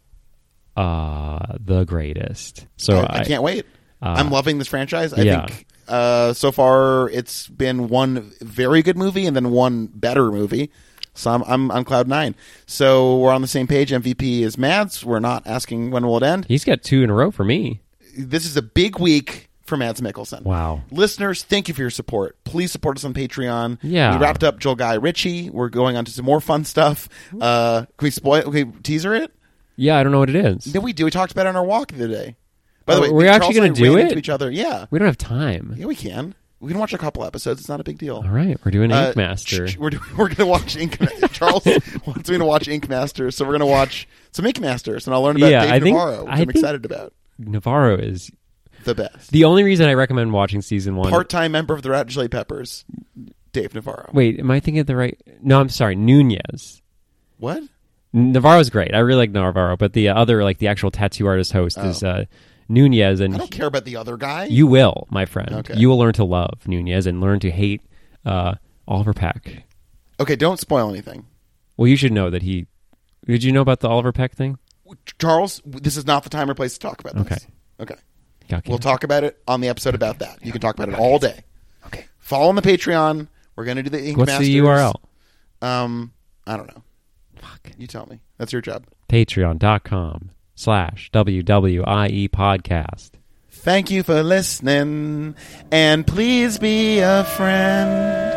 B: uh the greatest. So uh,
A: I, I can't wait. I'm loving this franchise. I
B: yeah.
A: think uh, so far it's been one very good movie and then one better movie. So I'm, I'm on cloud nine. So we're on the same page. MVP is Mads. We're not asking when will it end.
B: He's got two in a row for me.
A: This is a big week for Mads Mikkelsen.
B: Wow.
A: Listeners, thank you for your support. Please support us on Patreon.
B: Yeah.
A: We wrapped up Joel Guy Ritchie. We're going on to some more fun stuff. Uh, can we spoil? Okay, teaser it.
B: Yeah, I don't know what it is.
A: Did we do? We talked about it on our walk the other day. By the
B: Oh,
A: way,
B: we're actually
A: Charles and
B: gonna
A: I
B: do
A: ran
B: it?
A: into each other. Yeah.
B: We don't have time.
A: Yeah, we can. We can watch a couple episodes. It's not a big deal.
B: All right, we're doing
A: Uh,
B: Ink Master.
A: sh- sh- we're doing, we're going to watch Ink Master. Charles wants me to watch Ink Master, so we're going to watch some Ink Masters, and I'll learn about
B: Yeah,
A: Dave
B: I think-
A: Navarro, which
B: I
A: I am
B: think-
A: excited about.
B: Navarro is
A: The best.
B: the only reason I recommend watching season one.
A: Part time member of the Rat Chili Peppers, Dave Navarro.
B: Wait, am I thinking of the right? No, I'm sorry, Nunez.
A: What?
B: Navarro's great. I really like Navarro, but the other, like the actual tattoo artist host, is uh, Nunez, and
A: Oh. I don't care about the other guy.
B: You will, my friend.
A: Okay.
B: You will learn to love Nunez and learn to hate uh, Oliver Peck.
A: okay, don't spoil anything.
B: Well, you should know that he. Did you know about the Oliver Peck thing?
A: Charles, this is not the time or place to talk about this.
B: Okay.
A: Okay.
B: Got
A: We'll talk about it on the episode about that. You can talk about it all day.
B: Okay.
A: Follow on the Patreon. We're going to do the Ink
B: What's
A: Masters.
B: the URL?
A: Um, I don't know.
B: Fuck.
A: You tell me. That's your job.
B: Patreon.com slash WWIE E podcast.
A: Thank you for listening, and please be a friend.